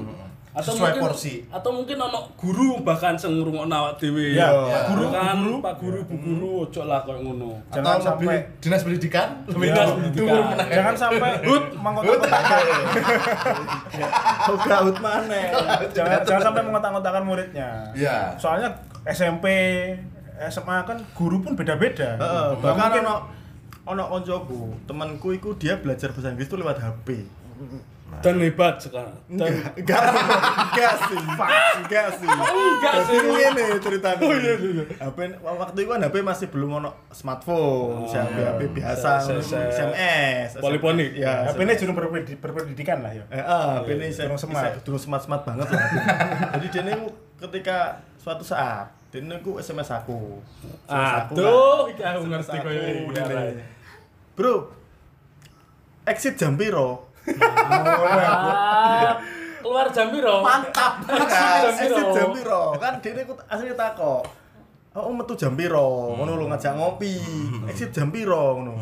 [SPEAKER 4] Hmm, Sesuai
[SPEAKER 1] mungkin,
[SPEAKER 4] porsi.
[SPEAKER 1] atau mungkin ono guru bahkan sing ngrungokno awak dhewe
[SPEAKER 2] Ya,
[SPEAKER 4] Pak
[SPEAKER 1] guru
[SPEAKER 4] guru,
[SPEAKER 1] kan
[SPEAKER 4] guru.
[SPEAKER 1] pak guru bu guru ojo lah koyo ngono Iya,
[SPEAKER 2] Jangan
[SPEAKER 4] atau lebih
[SPEAKER 2] sampai- Iya.
[SPEAKER 4] dinas pendidikan lebih
[SPEAKER 1] Dinas
[SPEAKER 4] tunggu
[SPEAKER 1] pendidikan.
[SPEAKER 4] menang.
[SPEAKER 2] Jangan sampai hut mengkotak-kotakan.
[SPEAKER 3] Oga out maneh.
[SPEAKER 2] jangan, jangan sampai mengotak-kotakan muridnya.
[SPEAKER 4] Iya.
[SPEAKER 2] Soalnya SMP, SMA kan guru pun beda-beda.
[SPEAKER 3] Heeh,
[SPEAKER 2] Nggak
[SPEAKER 3] bahkan
[SPEAKER 2] Nah, mungkin-
[SPEAKER 3] ono ono koncoku, temanku iku dia belajar bahasa Inggris tuh lewat HP.
[SPEAKER 1] dan hebat sekarang dan
[SPEAKER 3] Enggak, enggak, enggak sih, enggak sih.
[SPEAKER 1] Enggak sih.
[SPEAKER 3] Jadi Ngene ceritanya. Oh iya iya. HP waktu itu kan HP masih belum ono smartphone, si HP HP biasa,
[SPEAKER 1] Se- se- se-
[SPEAKER 3] SMS,
[SPEAKER 1] Poliponik.
[SPEAKER 3] Ya, HP
[SPEAKER 2] HP ini jurung berpedi- berpendidikan lah ya.
[SPEAKER 3] Eh, ah, HP ini saya
[SPEAKER 2] Durung smart.
[SPEAKER 3] durung smart-smart banget lah. Jadi dia ini ketika suatu saat dia ini ku SMS aku. SMS aku,
[SPEAKER 1] Aduh, iya,
[SPEAKER 3] Kak.
[SPEAKER 1] iki aku
[SPEAKER 3] SMS
[SPEAKER 1] ngerti koyo
[SPEAKER 3] aku,
[SPEAKER 1] iki,
[SPEAKER 3] ini.
[SPEAKER 1] Rai.
[SPEAKER 3] Bro, exit jam piro?
[SPEAKER 1] Ah, keluar jam piro
[SPEAKER 3] mantap
[SPEAKER 1] Exit jam
[SPEAKER 3] kan exit
[SPEAKER 1] piro?
[SPEAKER 3] jam piro kan dene ku asline takok oh metu jam piro ngono lho ngajak ngopi exit jam piro ngono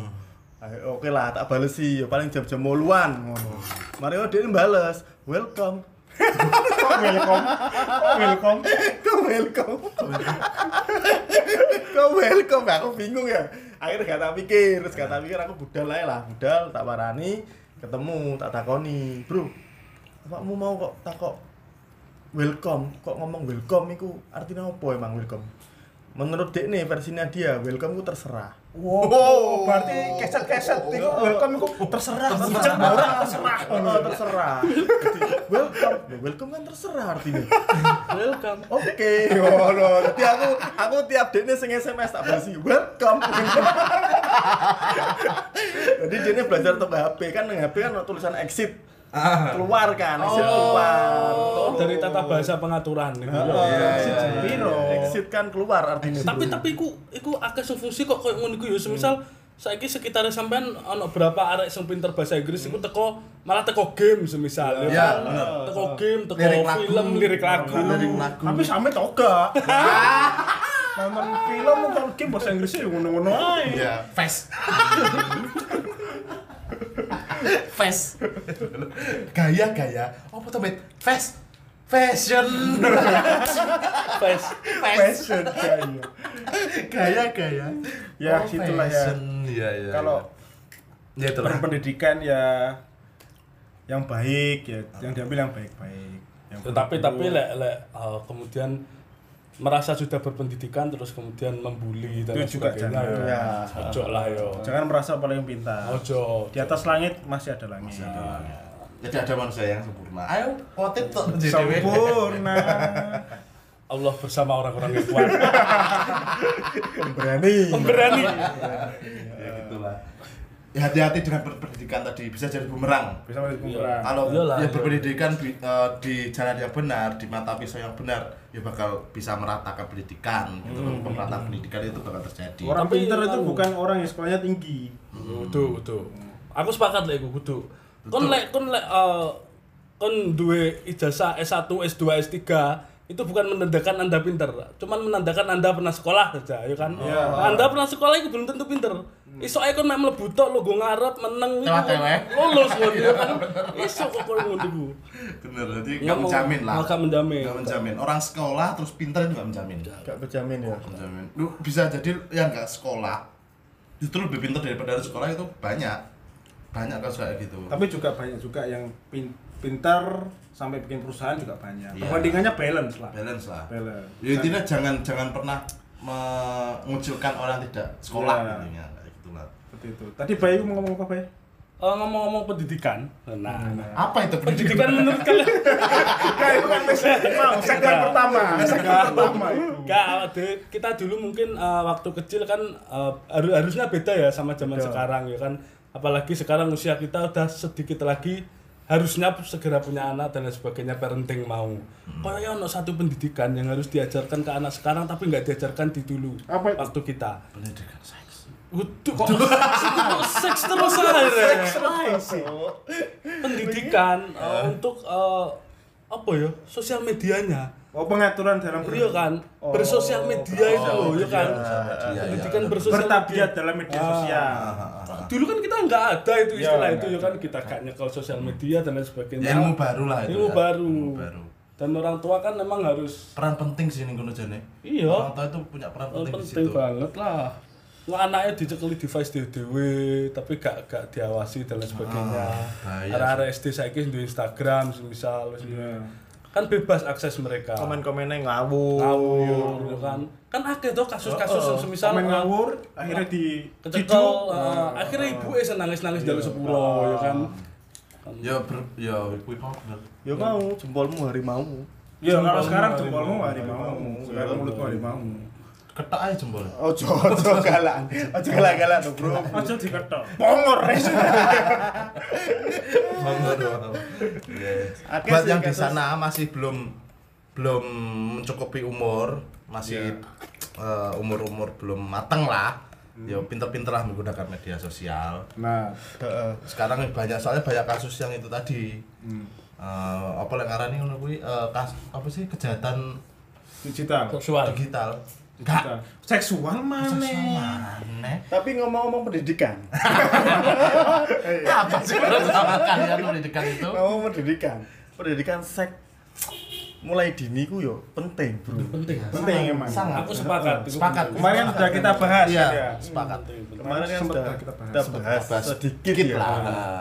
[SPEAKER 3] Ayo, Oke lah, tak bales sih, ya paling jam-jam moluan ngono. Mari oh dia bales, welcome,
[SPEAKER 2] Kok welcome? Kok welcome?
[SPEAKER 3] kau welcome, kau welcome, aku bingung ya. Akhirnya gak tak pikir, terus gak tak pikir aku budal aja lah, budal tak parani, ketemu tak takoni, bro, awakmu mau kok takok welcome kok ngomong welcome itu artinya apa emang welcome menurut dek nih versinya dia welcome itu terserah
[SPEAKER 2] Wow, berarti keset-keset itu welcome itu terserah. Terserah. Orang terserah.
[SPEAKER 3] oh, terserah Jadi, welcome Ya, welcome kan terserah artinya
[SPEAKER 1] welcome
[SPEAKER 3] oke oh, no. jadi aku aku tiap dek nih sing sms tak berisi welcome jadi dia nih belajar tentang hp kan nang hp kan ada tulisan exit
[SPEAKER 4] Ah.
[SPEAKER 3] keluar kan exit keluar
[SPEAKER 1] oh dari tata bahasa pengaturan gitu.
[SPEAKER 3] Oh, exit
[SPEAKER 2] iya, iya.
[SPEAKER 3] piro. exit kan keluar artinya
[SPEAKER 1] tapi tapi iku iku akeh solusi kok koyo ngono iku ya semisal saiki sekitar sampean ana berapa arek sing pinter bahasa Inggris iku teko malah teko game semisal
[SPEAKER 4] Ya,
[SPEAKER 1] kan?
[SPEAKER 4] bener.
[SPEAKER 1] teko game teko
[SPEAKER 4] Lirik lagu.
[SPEAKER 1] film lirik lagu
[SPEAKER 4] Lirik lagu.
[SPEAKER 2] Tapi sampe toga. Nonton film nonton game bahasa Inggrisnya ya ngono-ngono ae.
[SPEAKER 4] Ya, face. face. Gaya-gaya. Apa tuh, Mit? Face. Fashion.
[SPEAKER 1] Fes.
[SPEAKER 4] Face.
[SPEAKER 2] Fashion gaya.
[SPEAKER 4] Gaya-gaya.
[SPEAKER 2] Ya, situlah ya.
[SPEAKER 4] Oh, fashion. Iya, iya.
[SPEAKER 2] Kalau
[SPEAKER 4] iya. ya itulah.
[SPEAKER 2] berpendidikan ya yang baik ya, yang diambil yang baik-baik. Yang
[SPEAKER 1] tetapi
[SPEAKER 2] buruk-buruk.
[SPEAKER 1] Ya, tapi lek lek eh, kemudian merasa sudah berpendidikan terus kemudian membuli dan
[SPEAKER 2] Itu juga
[SPEAKER 1] sebagainya
[SPEAKER 2] jangan.
[SPEAKER 1] ya.
[SPEAKER 3] Ya.
[SPEAKER 1] ojo lah yo
[SPEAKER 2] jangan merasa paling pintar.
[SPEAKER 1] ojo
[SPEAKER 2] Di atas langit masih ada langit.
[SPEAKER 1] Iya.
[SPEAKER 4] Jadi ada manusia yang sempurna. Ayo, potip tuh.
[SPEAKER 2] Sempurna.
[SPEAKER 1] Allah bersama orang-orang yang kuat
[SPEAKER 3] berani
[SPEAKER 1] pemberani
[SPEAKER 4] Ya gitulah. Ya, hati-hati dengan pendidikan tadi bisa jadi bumerang.
[SPEAKER 2] Bisa balik kumpulkan.
[SPEAKER 4] Kalau
[SPEAKER 1] Iyalah,
[SPEAKER 4] ya
[SPEAKER 1] iya.
[SPEAKER 4] berpendidikan bi- eh, di jalan yang benar, di mata pisau yang benar, ya bakal bisa meratakan pendidikan. Gitu.
[SPEAKER 1] Hmm.
[SPEAKER 4] Pemerataan pendidikan itu bakal terjadi.
[SPEAKER 2] Orang
[SPEAKER 1] Tapi
[SPEAKER 2] pintar itu
[SPEAKER 1] tahu.
[SPEAKER 2] bukan orang yang sekolahnya tinggi.
[SPEAKER 1] kudu kudu aku sepakat lek iku kudu kon lek kon lek eh, kon duwe ijazah S1 S2 S3 itu bukan menandakan anda pinter cuman menandakan anda pernah sekolah saja ya kan anda pernah sekolah itu belum tentu pinter iso ae kon mek mlebu tok lo go ngarep meneng iku
[SPEAKER 4] Tewak-tewak.
[SPEAKER 1] lulus ngono ya kan iso kok kon ngono iku
[SPEAKER 4] Bener, jadi
[SPEAKER 1] Nggak
[SPEAKER 4] nggak menjamin lah.
[SPEAKER 1] mau- Iya, nggak menjamin.
[SPEAKER 4] Nggak menjamin. Orang sekolah terus pintar itu nggak menjamin.
[SPEAKER 3] gak berjamin ya
[SPEAKER 4] Menjamin. Lu bisa jadi yang nggak sekolah itu lebih pintar daripada yang sekolah itu banyak. Banyak kasus kayak gitu.
[SPEAKER 2] Tapi juga banyak juga yang pin- pintar sampai bikin perusahaan juga banyak.
[SPEAKER 4] Iya.
[SPEAKER 2] Perbandingannya balance lah.
[SPEAKER 4] Balance lah.
[SPEAKER 2] Balance.
[SPEAKER 4] Ya intinya jangan jangan pernah mengucilkan orang tidak sekolah
[SPEAKER 2] Iya.
[SPEAKER 4] intinya kayak gitu gitulah.
[SPEAKER 2] Seperti itu. Tadi Bayu mau ngomong apa Bayu?
[SPEAKER 1] Eh, ngomong-ngomong pendidikan nah
[SPEAKER 2] Iya.
[SPEAKER 4] Apa itu
[SPEAKER 1] pendidikan menurut kalian
[SPEAKER 2] Nah, itu kan mau
[SPEAKER 1] Nah,
[SPEAKER 2] segmen pertama. Segmen pertama itu.
[SPEAKER 1] Enggak, awak dhewe- kita dulu mungkin eh, waktu kecil kan eh, haru- harusnya beda ya sama zaman
[SPEAKER 2] Iya.
[SPEAKER 1] sekarang ya kan. Apalagi sekarang usia kita udah sedikit lagi harusnya segera punya anak dan lain sebagainya parenting mau.
[SPEAKER 2] Hmm.
[SPEAKER 1] Kayaknya ono satu pendidikan yang harus diajarkan ke anak sekarang tapi nggak diajarkan di dulu
[SPEAKER 2] Apa itu?
[SPEAKER 1] waktu kita.
[SPEAKER 4] pendidikan seks.
[SPEAKER 1] Udah kok kok seks terus aja.
[SPEAKER 2] sih.
[SPEAKER 1] Pendidikan eh,
[SPEAKER 2] Iya.
[SPEAKER 1] untuk eh, apa ya? Sosial medianya.
[SPEAKER 2] Oh pengaturan dalam ber-
[SPEAKER 1] Iya kan, bersosial media itu loh, iya kan.
[SPEAKER 4] media,
[SPEAKER 1] Pendidikan
[SPEAKER 4] iya.
[SPEAKER 1] bersosial
[SPEAKER 2] bertabiat
[SPEAKER 1] media.
[SPEAKER 2] dalam media
[SPEAKER 1] Ah.
[SPEAKER 2] sosial.
[SPEAKER 1] Dulu kan kita nggak ada itu
[SPEAKER 2] Iya,
[SPEAKER 1] istilah
[SPEAKER 2] nggak
[SPEAKER 1] itu ya kan kita gak nyekel sosial media dan lain sebagainya.
[SPEAKER 4] Ya, ilmu baru lah itu.
[SPEAKER 1] Ilmu
[SPEAKER 4] ya.
[SPEAKER 1] baru.
[SPEAKER 4] Ilmu baru.
[SPEAKER 1] dan orang tua kan memang harus
[SPEAKER 4] peran penting sih ning kono jane.
[SPEAKER 1] iya
[SPEAKER 4] Orang tua itu punya peran
[SPEAKER 1] Oh, penting,
[SPEAKER 4] penting, di situ.
[SPEAKER 1] banget lah Wah, anaknya dicekeli device dewe tapi gak gak diawasi dan lain sebagainya
[SPEAKER 4] Ah, bahaya
[SPEAKER 1] arah-arah SD saya di Instagram misal
[SPEAKER 2] Iya.
[SPEAKER 1] kan bebas akses mereka
[SPEAKER 3] komen-komennya ngawur
[SPEAKER 1] ngawur ya kan kan akeh tuh kasus-kasus yang semisal
[SPEAKER 2] Oh, Komen
[SPEAKER 1] eh,
[SPEAKER 2] ngawur, akhirnya di Nah,
[SPEAKER 1] kecekel eh,
[SPEAKER 2] Ah.
[SPEAKER 1] akhirnya ibu eh nangis nangis jalur sepuro ya kan
[SPEAKER 4] Ya ber ya kuwi mau bener.
[SPEAKER 3] ya mau jempolmu harimaumu
[SPEAKER 2] Ya kalau
[SPEAKER 1] Jempolmu
[SPEAKER 2] sekarang
[SPEAKER 1] harimau.
[SPEAKER 2] jempolmu harimau, sekarang mulutmu harimau.
[SPEAKER 4] Ketak aja jempol.
[SPEAKER 3] ojo ojo galak ojo galak galak tuh bro
[SPEAKER 2] Aja diketok.
[SPEAKER 3] pongor
[SPEAKER 4] Bangor, bangor. Iya.
[SPEAKER 3] Oke
[SPEAKER 4] Buat
[SPEAKER 3] sih,
[SPEAKER 4] yang di
[SPEAKER 3] kasus.
[SPEAKER 4] sana masih belum belum mencukupi umur, masih
[SPEAKER 3] Iya.
[SPEAKER 4] eh, umur-umur belum matang lah. Ya
[SPEAKER 3] Hmm.
[SPEAKER 4] pinter-pinter lah menggunakan media sosial.
[SPEAKER 2] Nah,
[SPEAKER 4] Sekarang banyak soalnya banyak kasus yang itu tadi.
[SPEAKER 3] Hmm.
[SPEAKER 4] Eh, apa yang ngarani ngono kuwi eh, kas- apa sih kejahatan
[SPEAKER 2] digital.
[SPEAKER 1] seksual
[SPEAKER 4] digital?
[SPEAKER 2] Digital.
[SPEAKER 4] Enggak.
[SPEAKER 2] Seksual mana?
[SPEAKER 4] Aneh.
[SPEAKER 3] tapi ngomong-ngomong pendidikan
[SPEAKER 4] Apa sih sama kalian pendidikan itu?
[SPEAKER 3] ngomong pendidikan pendidikan seks mulai dini ku yo penting bro
[SPEAKER 1] penting
[SPEAKER 2] Penting emang.
[SPEAKER 4] Sangat.
[SPEAKER 1] aku sepakat itu
[SPEAKER 4] Sepakat.
[SPEAKER 1] penting.
[SPEAKER 2] Kemarin sudah kita bahas
[SPEAKER 4] Iya,
[SPEAKER 2] ya.
[SPEAKER 4] sepakat.
[SPEAKER 3] kemarin kan
[SPEAKER 2] Sempet
[SPEAKER 3] sudah
[SPEAKER 2] lah
[SPEAKER 3] kita
[SPEAKER 2] kita
[SPEAKER 3] bahas,
[SPEAKER 2] bahas.
[SPEAKER 4] bahas
[SPEAKER 3] sedikit ya
[SPEAKER 4] sedikit lah.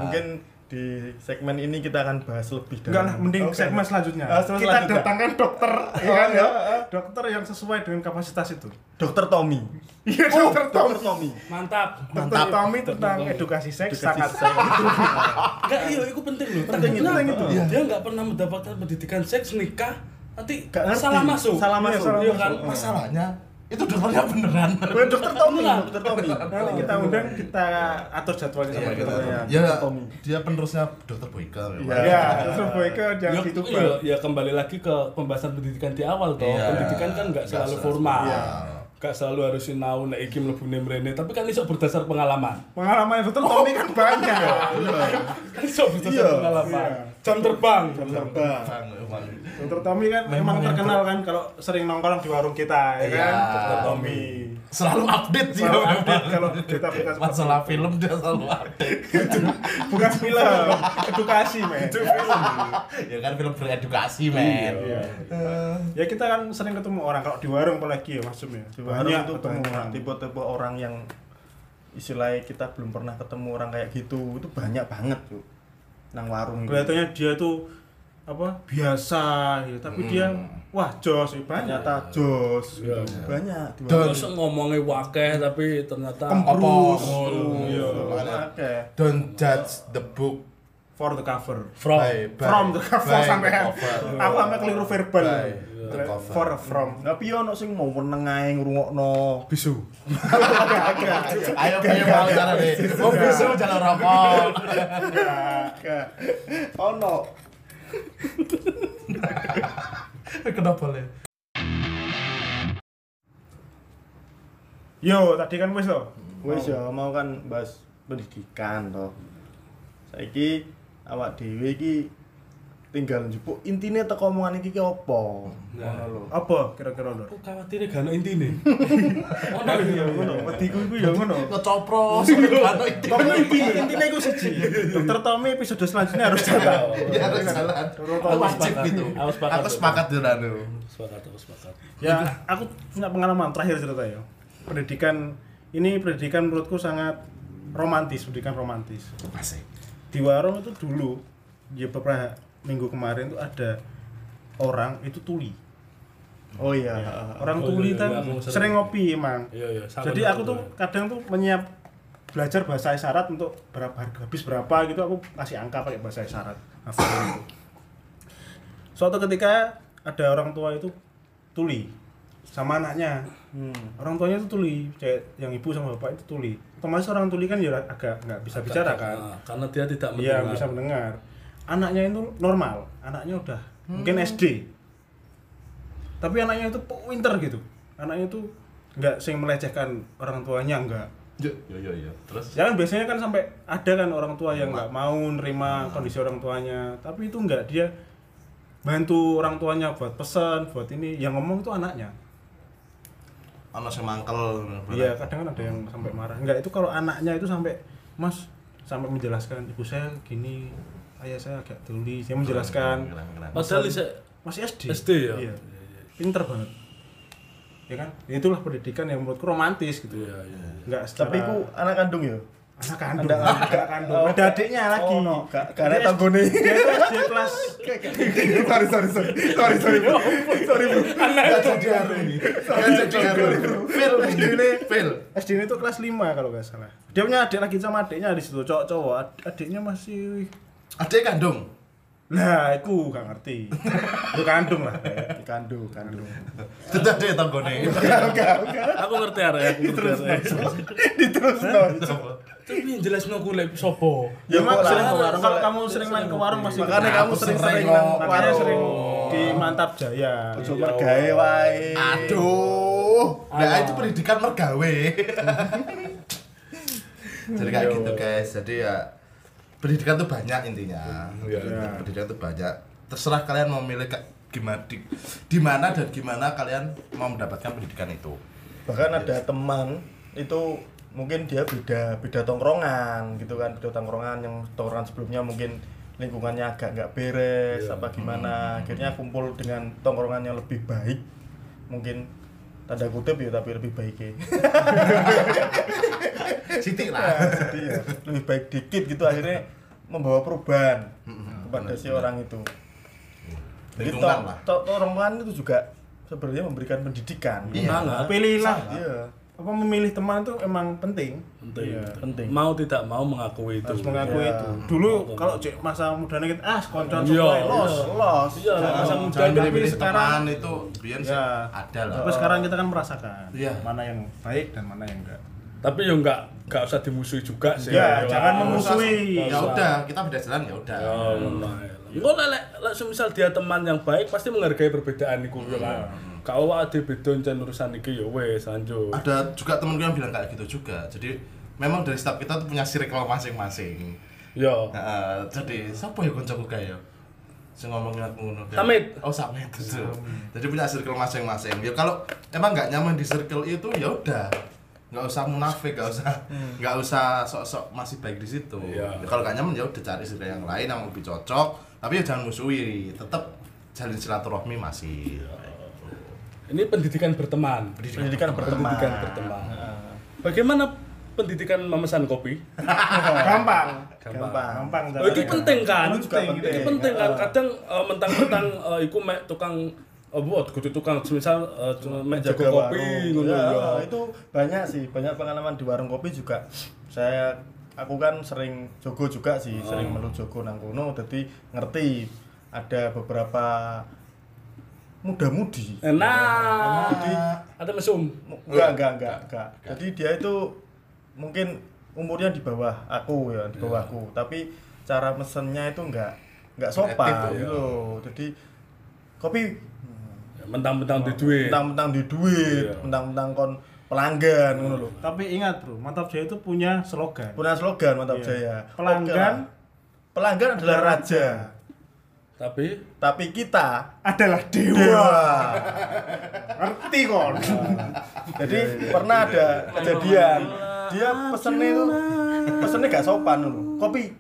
[SPEAKER 3] mungkin di segmen ini kita akan bahas lebih dalam
[SPEAKER 2] Enggak lah, mending
[SPEAKER 3] Oke.
[SPEAKER 2] segmen selanjutnya.
[SPEAKER 3] Ah, segmen
[SPEAKER 2] kita
[SPEAKER 3] selanjutnya. Oh, iya.
[SPEAKER 2] datangkan dokter, ya kan ya? Dokter yang sesuai dengan kapasitas itu.
[SPEAKER 3] dokter Tommy Oh,
[SPEAKER 2] Iya, dokter Tom.
[SPEAKER 3] dokter Tommy
[SPEAKER 1] mantap
[SPEAKER 2] Dokter Tommy tentang edukasi seks sangat
[SPEAKER 1] enggak iya itu penting loh
[SPEAKER 2] Penting,
[SPEAKER 1] Takutnya,
[SPEAKER 2] penting itu.
[SPEAKER 1] eh, dia nggak pernah mendapatkan pendidikan seks nikah nanti
[SPEAKER 3] Nggak ngerti.
[SPEAKER 1] salah masuk
[SPEAKER 3] Salah
[SPEAKER 1] Iya,
[SPEAKER 3] masuk.
[SPEAKER 1] iya kan
[SPEAKER 4] Masalahnya itu dokternya beneran.
[SPEAKER 3] Bukan dokter Tommy,
[SPEAKER 1] Beneran.
[SPEAKER 3] dokter Tommy.
[SPEAKER 2] Nanti
[SPEAKER 3] gitu.
[SPEAKER 2] kita undang, kita atur jadwalnya sama
[SPEAKER 4] Iya,
[SPEAKER 2] kita.
[SPEAKER 3] iya.
[SPEAKER 4] Ya,
[SPEAKER 3] Tommy.
[SPEAKER 4] dia penerusnya dokter Boykel.
[SPEAKER 3] Iya.
[SPEAKER 2] Ya, terus boyke jangan
[SPEAKER 1] Ya,
[SPEAKER 2] gitu.
[SPEAKER 1] iya, ya kembali lagi ke pembahasan pendidikan di awal toh.
[SPEAKER 4] Iya.
[SPEAKER 1] Pendidikan kan nggak
[SPEAKER 4] Nggak
[SPEAKER 1] selalu
[SPEAKER 4] selalu-
[SPEAKER 1] formal.
[SPEAKER 4] iya.
[SPEAKER 1] Nggak selalu harus sinau nek iki mlebu mrene, tapi kan iso berdasar pengalaman.
[SPEAKER 2] Pengalaman dokter Tommy kan banyak.
[SPEAKER 1] Kan iso berdasar
[SPEAKER 3] Iya,
[SPEAKER 1] pengalaman.
[SPEAKER 2] iya.
[SPEAKER 1] Jam terbang.
[SPEAKER 3] Terbang.
[SPEAKER 2] Dokter Tommy kan memang terkenal kan kalau sering nongkrong di warung kita, ya
[SPEAKER 4] Iya.
[SPEAKER 2] kan? Dokter Tommy.
[SPEAKER 4] Selalu update sih.
[SPEAKER 2] Selalu
[SPEAKER 4] memang.
[SPEAKER 2] update kalau kita buka seperti
[SPEAKER 4] Masalah film dia selalu update.
[SPEAKER 2] bukan film, edukasi men.
[SPEAKER 4] ya kan film beredukasi, men.
[SPEAKER 2] Iya. Ya kita kan sering ketemu orang kalau di warung apalagi ya Mas Jum ya.
[SPEAKER 3] Di warung
[SPEAKER 2] Banyak
[SPEAKER 3] itu
[SPEAKER 2] ketemu
[SPEAKER 3] banyak
[SPEAKER 2] orang.
[SPEAKER 3] tipe-tipe orang yang istilahnya kita belum pernah ketemu orang kayak gitu itu banyak banget tuh nang warung gitu. itu.
[SPEAKER 2] Kelihatannya dia tuh apa biasa ya, tapi dia wah jos ya, banyak.
[SPEAKER 3] ternyata jos
[SPEAKER 1] Iya.
[SPEAKER 3] gitu. banyak di warung.
[SPEAKER 1] Terus ngomongnya wakeh tapi ternyata
[SPEAKER 4] Opos.
[SPEAKER 1] Iya.
[SPEAKER 3] Oke.
[SPEAKER 4] Don't judge the book
[SPEAKER 2] For the cover.
[SPEAKER 1] from
[SPEAKER 4] by- by-
[SPEAKER 2] From the cover
[SPEAKER 4] by
[SPEAKER 2] sampai
[SPEAKER 4] the cover.
[SPEAKER 2] aku
[SPEAKER 3] Oh.
[SPEAKER 2] sampai keliru verbal.
[SPEAKER 4] By the cover.
[SPEAKER 2] For from.
[SPEAKER 3] tapi ono sing mau meneng ae ngrungokno
[SPEAKER 2] Bisu.
[SPEAKER 4] Ayo piye mau cara deh. Mau Oh, besok jalan rokok.
[SPEAKER 3] Enggak. ono
[SPEAKER 4] Kenapa le?
[SPEAKER 2] Yo, tadi kan wis loh.
[SPEAKER 3] wis ya mau kan bahas pendidikan toh saiki awak dhewe iki tinggal njupuk intine teko omongan iki ki opo
[SPEAKER 4] Nah.
[SPEAKER 3] ngono lho
[SPEAKER 2] Apa kira-kira lho?
[SPEAKER 1] aku khawatir gak ono intine. Ono
[SPEAKER 2] Ya
[SPEAKER 1] iya.
[SPEAKER 2] ngono, wedi ku iku ya ngono.
[SPEAKER 4] Ngecopros. Kan itu.
[SPEAKER 2] Tapi intinya intinya iku siji. Dokter Tommy episode selanjutnya harus datang.
[SPEAKER 4] Ya harus jalan.
[SPEAKER 1] Aku
[SPEAKER 4] Wajib
[SPEAKER 1] sepakat.
[SPEAKER 4] gitu.
[SPEAKER 1] Aku sepakat.
[SPEAKER 4] Aku sepakat anu. Duranu.
[SPEAKER 1] Sepakat, aku sepakat.
[SPEAKER 3] Iya.
[SPEAKER 2] Ya, aku punya pengalaman terakhir cerita ya. Pendidikan ini pendidikan menurutku sangat romantis, pendidikan romantis.
[SPEAKER 4] Asik.
[SPEAKER 2] Di warung itu dulu, ya beberapa minggu kemarin itu ada orang itu tuli. Ya,
[SPEAKER 3] oh iya
[SPEAKER 2] Orang
[SPEAKER 1] Oh,
[SPEAKER 2] tuli
[SPEAKER 1] iya,
[SPEAKER 2] kan
[SPEAKER 1] iya, aku sering.
[SPEAKER 2] sering ngopi emang.
[SPEAKER 1] Iya, iya. sama
[SPEAKER 2] Jadi
[SPEAKER 1] dengan
[SPEAKER 2] aku tuh kadang tuh menyiap belajar bahasa isyarat untuk berapa harga habis berapa gitu aku kasih angka pakai bahasa isyarat. Hafal gitu. Suatu ketika ada orang tua itu tuli sama anaknya.
[SPEAKER 3] hmm.
[SPEAKER 2] Orang tuanya itu tuli, cewek yang ibu sama bapak itu tuli. Otomatis orang tuli kan ya agak nggak bisa bicara kan.
[SPEAKER 1] Ah, Karena dia tidak
[SPEAKER 2] Iya,
[SPEAKER 1] mendengar.
[SPEAKER 2] bisa mendengar. Anaknya itu normal, anaknya udah mungkin SD. Tapi anaknya itu pinter gitu. Anaknya itu nggak sing melecehkan orang tuanya enggak.
[SPEAKER 4] Yo yo yo. Terus
[SPEAKER 2] Ya kan biasanya kan sampai ada kan orang tua yang nggak mau nerima kondisi orang tuanya, tapi itu enggak dia bantu orang tuanya buat pesan, buat ini yang ngomong itu anaknya.
[SPEAKER 4] ana sing mangkel.
[SPEAKER 2] Iya, kadang kan ada yang sampai marah. Enggak, itu kalau anaknya itu sampai Mas sampai menjelaskan ibu saya gini, ayah saya agak tuli, saya menjelaskan.
[SPEAKER 4] Keren, keren.
[SPEAKER 1] Padahal isek
[SPEAKER 2] masih SD
[SPEAKER 1] SD ya?
[SPEAKER 2] iya. pinter banget ya kan itulah pendidikan yang menurutku romantis gitu
[SPEAKER 1] Iya, iya.
[SPEAKER 2] nggak
[SPEAKER 3] Tapi
[SPEAKER 2] secara-
[SPEAKER 3] ku anak kandung ya.
[SPEAKER 2] anak kandung
[SPEAKER 3] Ada-
[SPEAKER 2] anak kandung ada adiknya lagi
[SPEAKER 3] Oh, no. Gak- gak ada tanggone.
[SPEAKER 2] dia itu SD kelas
[SPEAKER 4] sorry sorry sorry sorry sorry bro sorry bro nggak jadi haru ini nggak Kan jadi gitu. haru fail ini fail
[SPEAKER 2] SD itu kelas 5 kalau nggak salah dia punya adik lagi sama adiknya di situ cowok cowok adiknya masih
[SPEAKER 4] adik kandung
[SPEAKER 2] nah aku gak ngerti itu kandung lah
[SPEAKER 3] Kandung, kandung.
[SPEAKER 4] tetap deh tanggone
[SPEAKER 1] Aku ngerti arek, aku ngerti arek.
[SPEAKER 3] Diterus no.
[SPEAKER 1] Tapi yang jelas no kulek sopo.
[SPEAKER 3] Ya,
[SPEAKER 2] ya mak
[SPEAKER 3] kok lah.
[SPEAKER 2] sering ke warung kalau kamu sering main ke warung masih
[SPEAKER 3] Makanya
[SPEAKER 4] Aku
[SPEAKER 3] kamu sering-sering
[SPEAKER 4] sering,
[SPEAKER 3] nang
[SPEAKER 4] no.
[SPEAKER 2] makanya
[SPEAKER 3] warung.
[SPEAKER 2] sering di mantap jaya
[SPEAKER 3] Ojo mergawe wae.
[SPEAKER 4] aduh nah itu pendidikan mergawe jadi
[SPEAKER 2] Iya,
[SPEAKER 4] kayak gitu guys jadi ya pendidikan tuh banyak intinya
[SPEAKER 2] Iya.
[SPEAKER 4] pendidikan tuh banyak terserah kalian mau milih ka- gimana di, di mana dan gimana kalian mau mendapatkan pendidikan itu
[SPEAKER 3] Bahkan ada teman itu mungkin dia beda beda tongkrongan gitu kan beda tongkrongan yang tongkrongan sebelumnya mungkin lingkungannya agak nggak beres
[SPEAKER 4] Iya.
[SPEAKER 3] apa
[SPEAKER 4] Hmm.
[SPEAKER 3] gimana akhirnya kumpul dengan tongkrongan yang lebih baik mungkin tanda kutip ya tapi lebih baik ya
[SPEAKER 4] Siti
[SPEAKER 3] Nah,
[SPEAKER 2] Iya.
[SPEAKER 4] lah
[SPEAKER 3] jadi ya, lebih baik dikit gitu akhirnya membawa perubahan
[SPEAKER 4] Hmm,
[SPEAKER 3] kepada si orang itu jadi to,
[SPEAKER 4] Iya. lingkungan lah
[SPEAKER 3] to, tongkrongan itu juga sebenarnya memberikan pendidikan
[SPEAKER 4] Iya.
[SPEAKER 1] Malah
[SPEAKER 2] pilihlah
[SPEAKER 3] iya
[SPEAKER 2] apa memilih teman tuh emang penting
[SPEAKER 1] penting.
[SPEAKER 2] Iya.
[SPEAKER 3] penting.
[SPEAKER 1] Mau tidak mau mengakui itu.
[SPEAKER 2] harus mengakui
[SPEAKER 3] Iya.
[SPEAKER 2] itu dulu kalau cek masa mudanya kita ah
[SPEAKER 1] Iya,
[SPEAKER 2] koncoan semua los
[SPEAKER 1] iya.
[SPEAKER 2] los
[SPEAKER 1] Iya,
[SPEAKER 2] Jangan
[SPEAKER 1] iya.
[SPEAKER 2] masa muda
[SPEAKER 4] jangan
[SPEAKER 2] tapi
[SPEAKER 4] pilih-pilih
[SPEAKER 2] sekarang
[SPEAKER 4] teman itu biar
[SPEAKER 2] Ya.
[SPEAKER 4] ada lah
[SPEAKER 2] tapi sekarang kita kan merasakan
[SPEAKER 4] Iya.
[SPEAKER 2] mana yang baik dan mana yang enggak
[SPEAKER 1] Tapi yo enggak enggak usah dimusuhi juga sih. Iya.
[SPEAKER 2] Ya,
[SPEAKER 1] Yo,
[SPEAKER 2] jangan
[SPEAKER 1] lah.
[SPEAKER 2] memusuhi. Musuhi.
[SPEAKER 4] ya udah kita beda jalan ya udah
[SPEAKER 1] Ya, ngono ae. Engko lek lek- lek semisal dia teman yang baik pasti menghargai perbedaan iku yo kan.
[SPEAKER 3] Hmm.
[SPEAKER 1] Kalau ade beda ncen urusan iki yo wes lanjut.
[SPEAKER 4] ada juga temen gue yang bilang kayak gitu juga jadi memang dari staff kita tuh punya circle masing-masing
[SPEAKER 1] Yo.
[SPEAKER 4] Heeh, jadi siapa ya koncoku kayak ya sing ngomongin aku ngono kayak-
[SPEAKER 1] Samit.
[SPEAKER 4] oh samit itu jadi punya circle masing-masing ya kalau emang nggak nyaman di circle itu ya udah nggak usah munafik nggak usah
[SPEAKER 3] Hmm.
[SPEAKER 4] nggak usah sok-sok masih baik di situ
[SPEAKER 1] Iya.
[SPEAKER 4] Ya, kalau nggak nyaman ya udah cari circle yang lain yang lebih cocok tapi ya jangan musuhi tetap jalin silaturahmi masih
[SPEAKER 1] Ini pendidikan berteman.
[SPEAKER 3] pendidikan berteman Ah.
[SPEAKER 1] Pendidikan berteman. Bagaimana pendidikan memesan kopi?
[SPEAKER 2] gampang
[SPEAKER 3] gampang
[SPEAKER 2] gampang
[SPEAKER 1] Oh, itu penting kan?
[SPEAKER 3] Itu juga penting. Ah.
[SPEAKER 1] Itu penting kan? Kadang eh, mentang-mentang eh, iku mek tukang eh, buat kudu tukang misal eh, cuma mek jago
[SPEAKER 3] Jaga
[SPEAKER 1] kopi
[SPEAKER 3] warung.
[SPEAKER 1] ngono
[SPEAKER 3] Ya,
[SPEAKER 1] ya.
[SPEAKER 3] itu banyak sih banyak pengalaman di warung kopi juga saya aku kan sering jogo juga sih sering melu jogo nang kono jadi ngerti ada beberapa muda-mudi
[SPEAKER 1] Enak.
[SPEAKER 3] Jadi,
[SPEAKER 1] Ada mesum.
[SPEAKER 3] mu- enggak enggak enggak enggak jadi dia itu mungkin umurnya di bawah aku ya di bawahku tapi cara mesennya itu enggak enggak sopan
[SPEAKER 4] Etik,
[SPEAKER 3] gitu loh. jadi kopi
[SPEAKER 1] Ya, Mentang-mentang di duit.
[SPEAKER 3] mentang-mentang di duit,
[SPEAKER 1] Iya.
[SPEAKER 3] mentang-mentang kon pelanggan ngono lho.
[SPEAKER 2] tapi ingat bro mantap jaya itu punya slogan
[SPEAKER 3] Punya slogan Mantap
[SPEAKER 2] Iya.
[SPEAKER 3] Jaya. Oke
[SPEAKER 2] Pelanggan-
[SPEAKER 3] lah. pelanggan adalah raja,
[SPEAKER 1] Tapi
[SPEAKER 3] tapi kita
[SPEAKER 2] adalah dewa
[SPEAKER 3] dewa. Iya.
[SPEAKER 2] ngerti kon
[SPEAKER 1] Iya,
[SPEAKER 3] Jadi pernah ada kejadian dia pesennya itu pesennya gak sopan lho. Kopi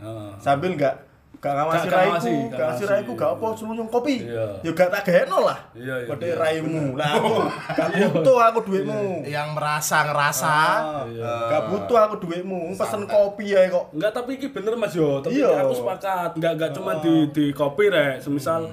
[SPEAKER 1] eh,
[SPEAKER 3] sambil gak gak
[SPEAKER 1] Gak-
[SPEAKER 3] ngawasi
[SPEAKER 1] gak
[SPEAKER 3] raiku,
[SPEAKER 1] ngawasi,
[SPEAKER 3] gak
[SPEAKER 1] gak
[SPEAKER 3] ngawasi
[SPEAKER 1] ngawasi,
[SPEAKER 3] raiku gak apa semuanya kopi.
[SPEAKER 1] Iya.
[SPEAKER 3] Ya gak tak gaeno lah.
[SPEAKER 1] Iya, iya,
[SPEAKER 3] Padahal
[SPEAKER 1] iya.
[SPEAKER 3] raimu. Lah aku gak butuh aku duitmu.
[SPEAKER 4] yang merasa ngerasa
[SPEAKER 3] Ah.
[SPEAKER 1] iya. Eh,
[SPEAKER 3] Gak butuh aku duitmu, pesen kopi ae kok.
[SPEAKER 1] Enggak, tapi ini bener Mas yo. Tapi
[SPEAKER 3] Iya.
[SPEAKER 1] aku sepakat, enggak enggak cuma di di kopi rek. Semisal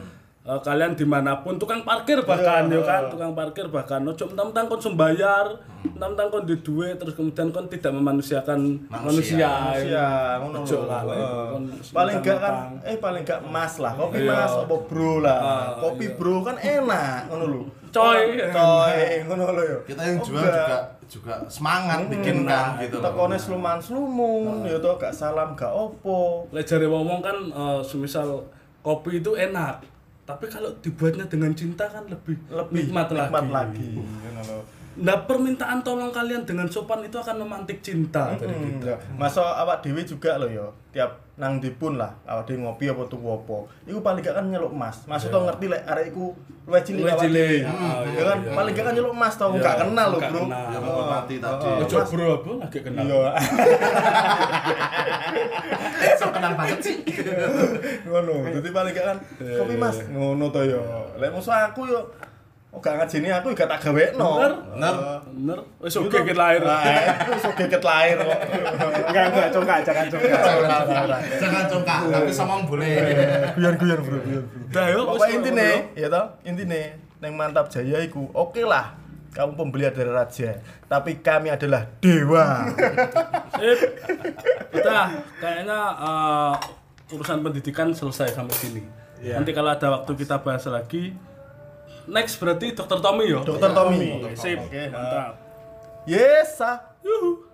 [SPEAKER 1] eh, kalian dimanapun tukang parkir bahkan yo kan, tukang parkir bahkan ojo mentang-mentang kon sembayar, mentang-mentang kon di duit terus kemudian kon tidak memanusiakan manusia.
[SPEAKER 4] Manusia.
[SPEAKER 3] Iya, ngono
[SPEAKER 1] Ojo
[SPEAKER 3] lho.
[SPEAKER 1] lah,
[SPEAKER 3] Heeh.
[SPEAKER 1] itu kan
[SPEAKER 3] Paling gak kan
[SPEAKER 1] mentang-mentang.
[SPEAKER 3] eh paling gak emas lah. Kopi
[SPEAKER 1] Iya. Ah,
[SPEAKER 3] mas apa bro lah. Kopi bro kan enak ngono lho.
[SPEAKER 1] Coy.
[SPEAKER 3] Coy, ngono lho ya.
[SPEAKER 4] kita yang
[SPEAKER 3] Oh,
[SPEAKER 4] jual
[SPEAKER 3] gak.
[SPEAKER 4] juga juga semangat bikin kan
[SPEAKER 3] Nah,
[SPEAKER 4] gitu
[SPEAKER 3] Tekone sluman
[SPEAKER 1] Ah.
[SPEAKER 3] slumun, ya toh gak salam gak opo.
[SPEAKER 1] Lek jare ngomong kan eh, semisal kopi itu enak, tapi kalau dibuatnya dengan cinta kan lebih
[SPEAKER 3] Lebih
[SPEAKER 1] nikmat,
[SPEAKER 3] nikmat
[SPEAKER 1] lagi.
[SPEAKER 3] lagi. Ngono lho.
[SPEAKER 1] Nah permintaan tolong kalian dengan sopan itu akan memantik cinta gitu. dari
[SPEAKER 3] Hmm.
[SPEAKER 1] kita.
[SPEAKER 3] Masa awak dhewe juga lho ya, tiap nang ndi pun lah, awak dhewe ngopi apa tuku apa. Iku paling gak kan nyeluk emas. Maksud tau ngerti lek arek iku luwih cilik
[SPEAKER 1] Luwih
[SPEAKER 3] awak
[SPEAKER 1] cilik.
[SPEAKER 3] dhewe.
[SPEAKER 1] Ah,
[SPEAKER 3] Hmm,
[SPEAKER 1] iya,
[SPEAKER 3] ya kan
[SPEAKER 1] iya,
[SPEAKER 3] paling gak kan nyeluk emas tau
[SPEAKER 1] Iya,
[SPEAKER 3] gak kenal lho,
[SPEAKER 1] gak
[SPEAKER 3] Bro.
[SPEAKER 1] kenal.
[SPEAKER 4] Yang menghormati tadi.
[SPEAKER 3] Oh,
[SPEAKER 1] Ojo
[SPEAKER 3] Mas-
[SPEAKER 1] bro apa lagi kenal.
[SPEAKER 3] Iya.
[SPEAKER 4] Sok kenal banget sih.
[SPEAKER 3] Ngono. Dadi paling gak kan kopi Mas ngono to ya. Lek musuh aku yo Oh gak ngajeni aku gak tak gawekno.
[SPEAKER 1] Bener.
[SPEAKER 4] Bener.
[SPEAKER 1] Bener. Wis oke kita lahir.
[SPEAKER 3] Ah. Wis geget lahir kok.
[SPEAKER 2] Enggak, enggak, congkak, jangan congkak.
[SPEAKER 4] Jangan congkak, tapi somong boleh.
[SPEAKER 3] Guyon-guyon, Bro, Eh, guyon, Bro.
[SPEAKER 1] Dah yo wis,
[SPEAKER 3] Pokoknya
[SPEAKER 1] bro.
[SPEAKER 3] intine, ya toh, intine neng mantap jaya iku, oke lah. Kamu pembeli adalah raja, tapi kami adalah dewa.
[SPEAKER 1] Eh, udah kayaknya eh, urusan pendidikan selesai sampai sini. Nanti kalau ada waktu kita bahas lagi. Next berarti Dokter Tommy yo.
[SPEAKER 3] Dokter Tommy.
[SPEAKER 1] Sip, mantap.
[SPEAKER 3] Yes, ah.
[SPEAKER 1] Yuhu.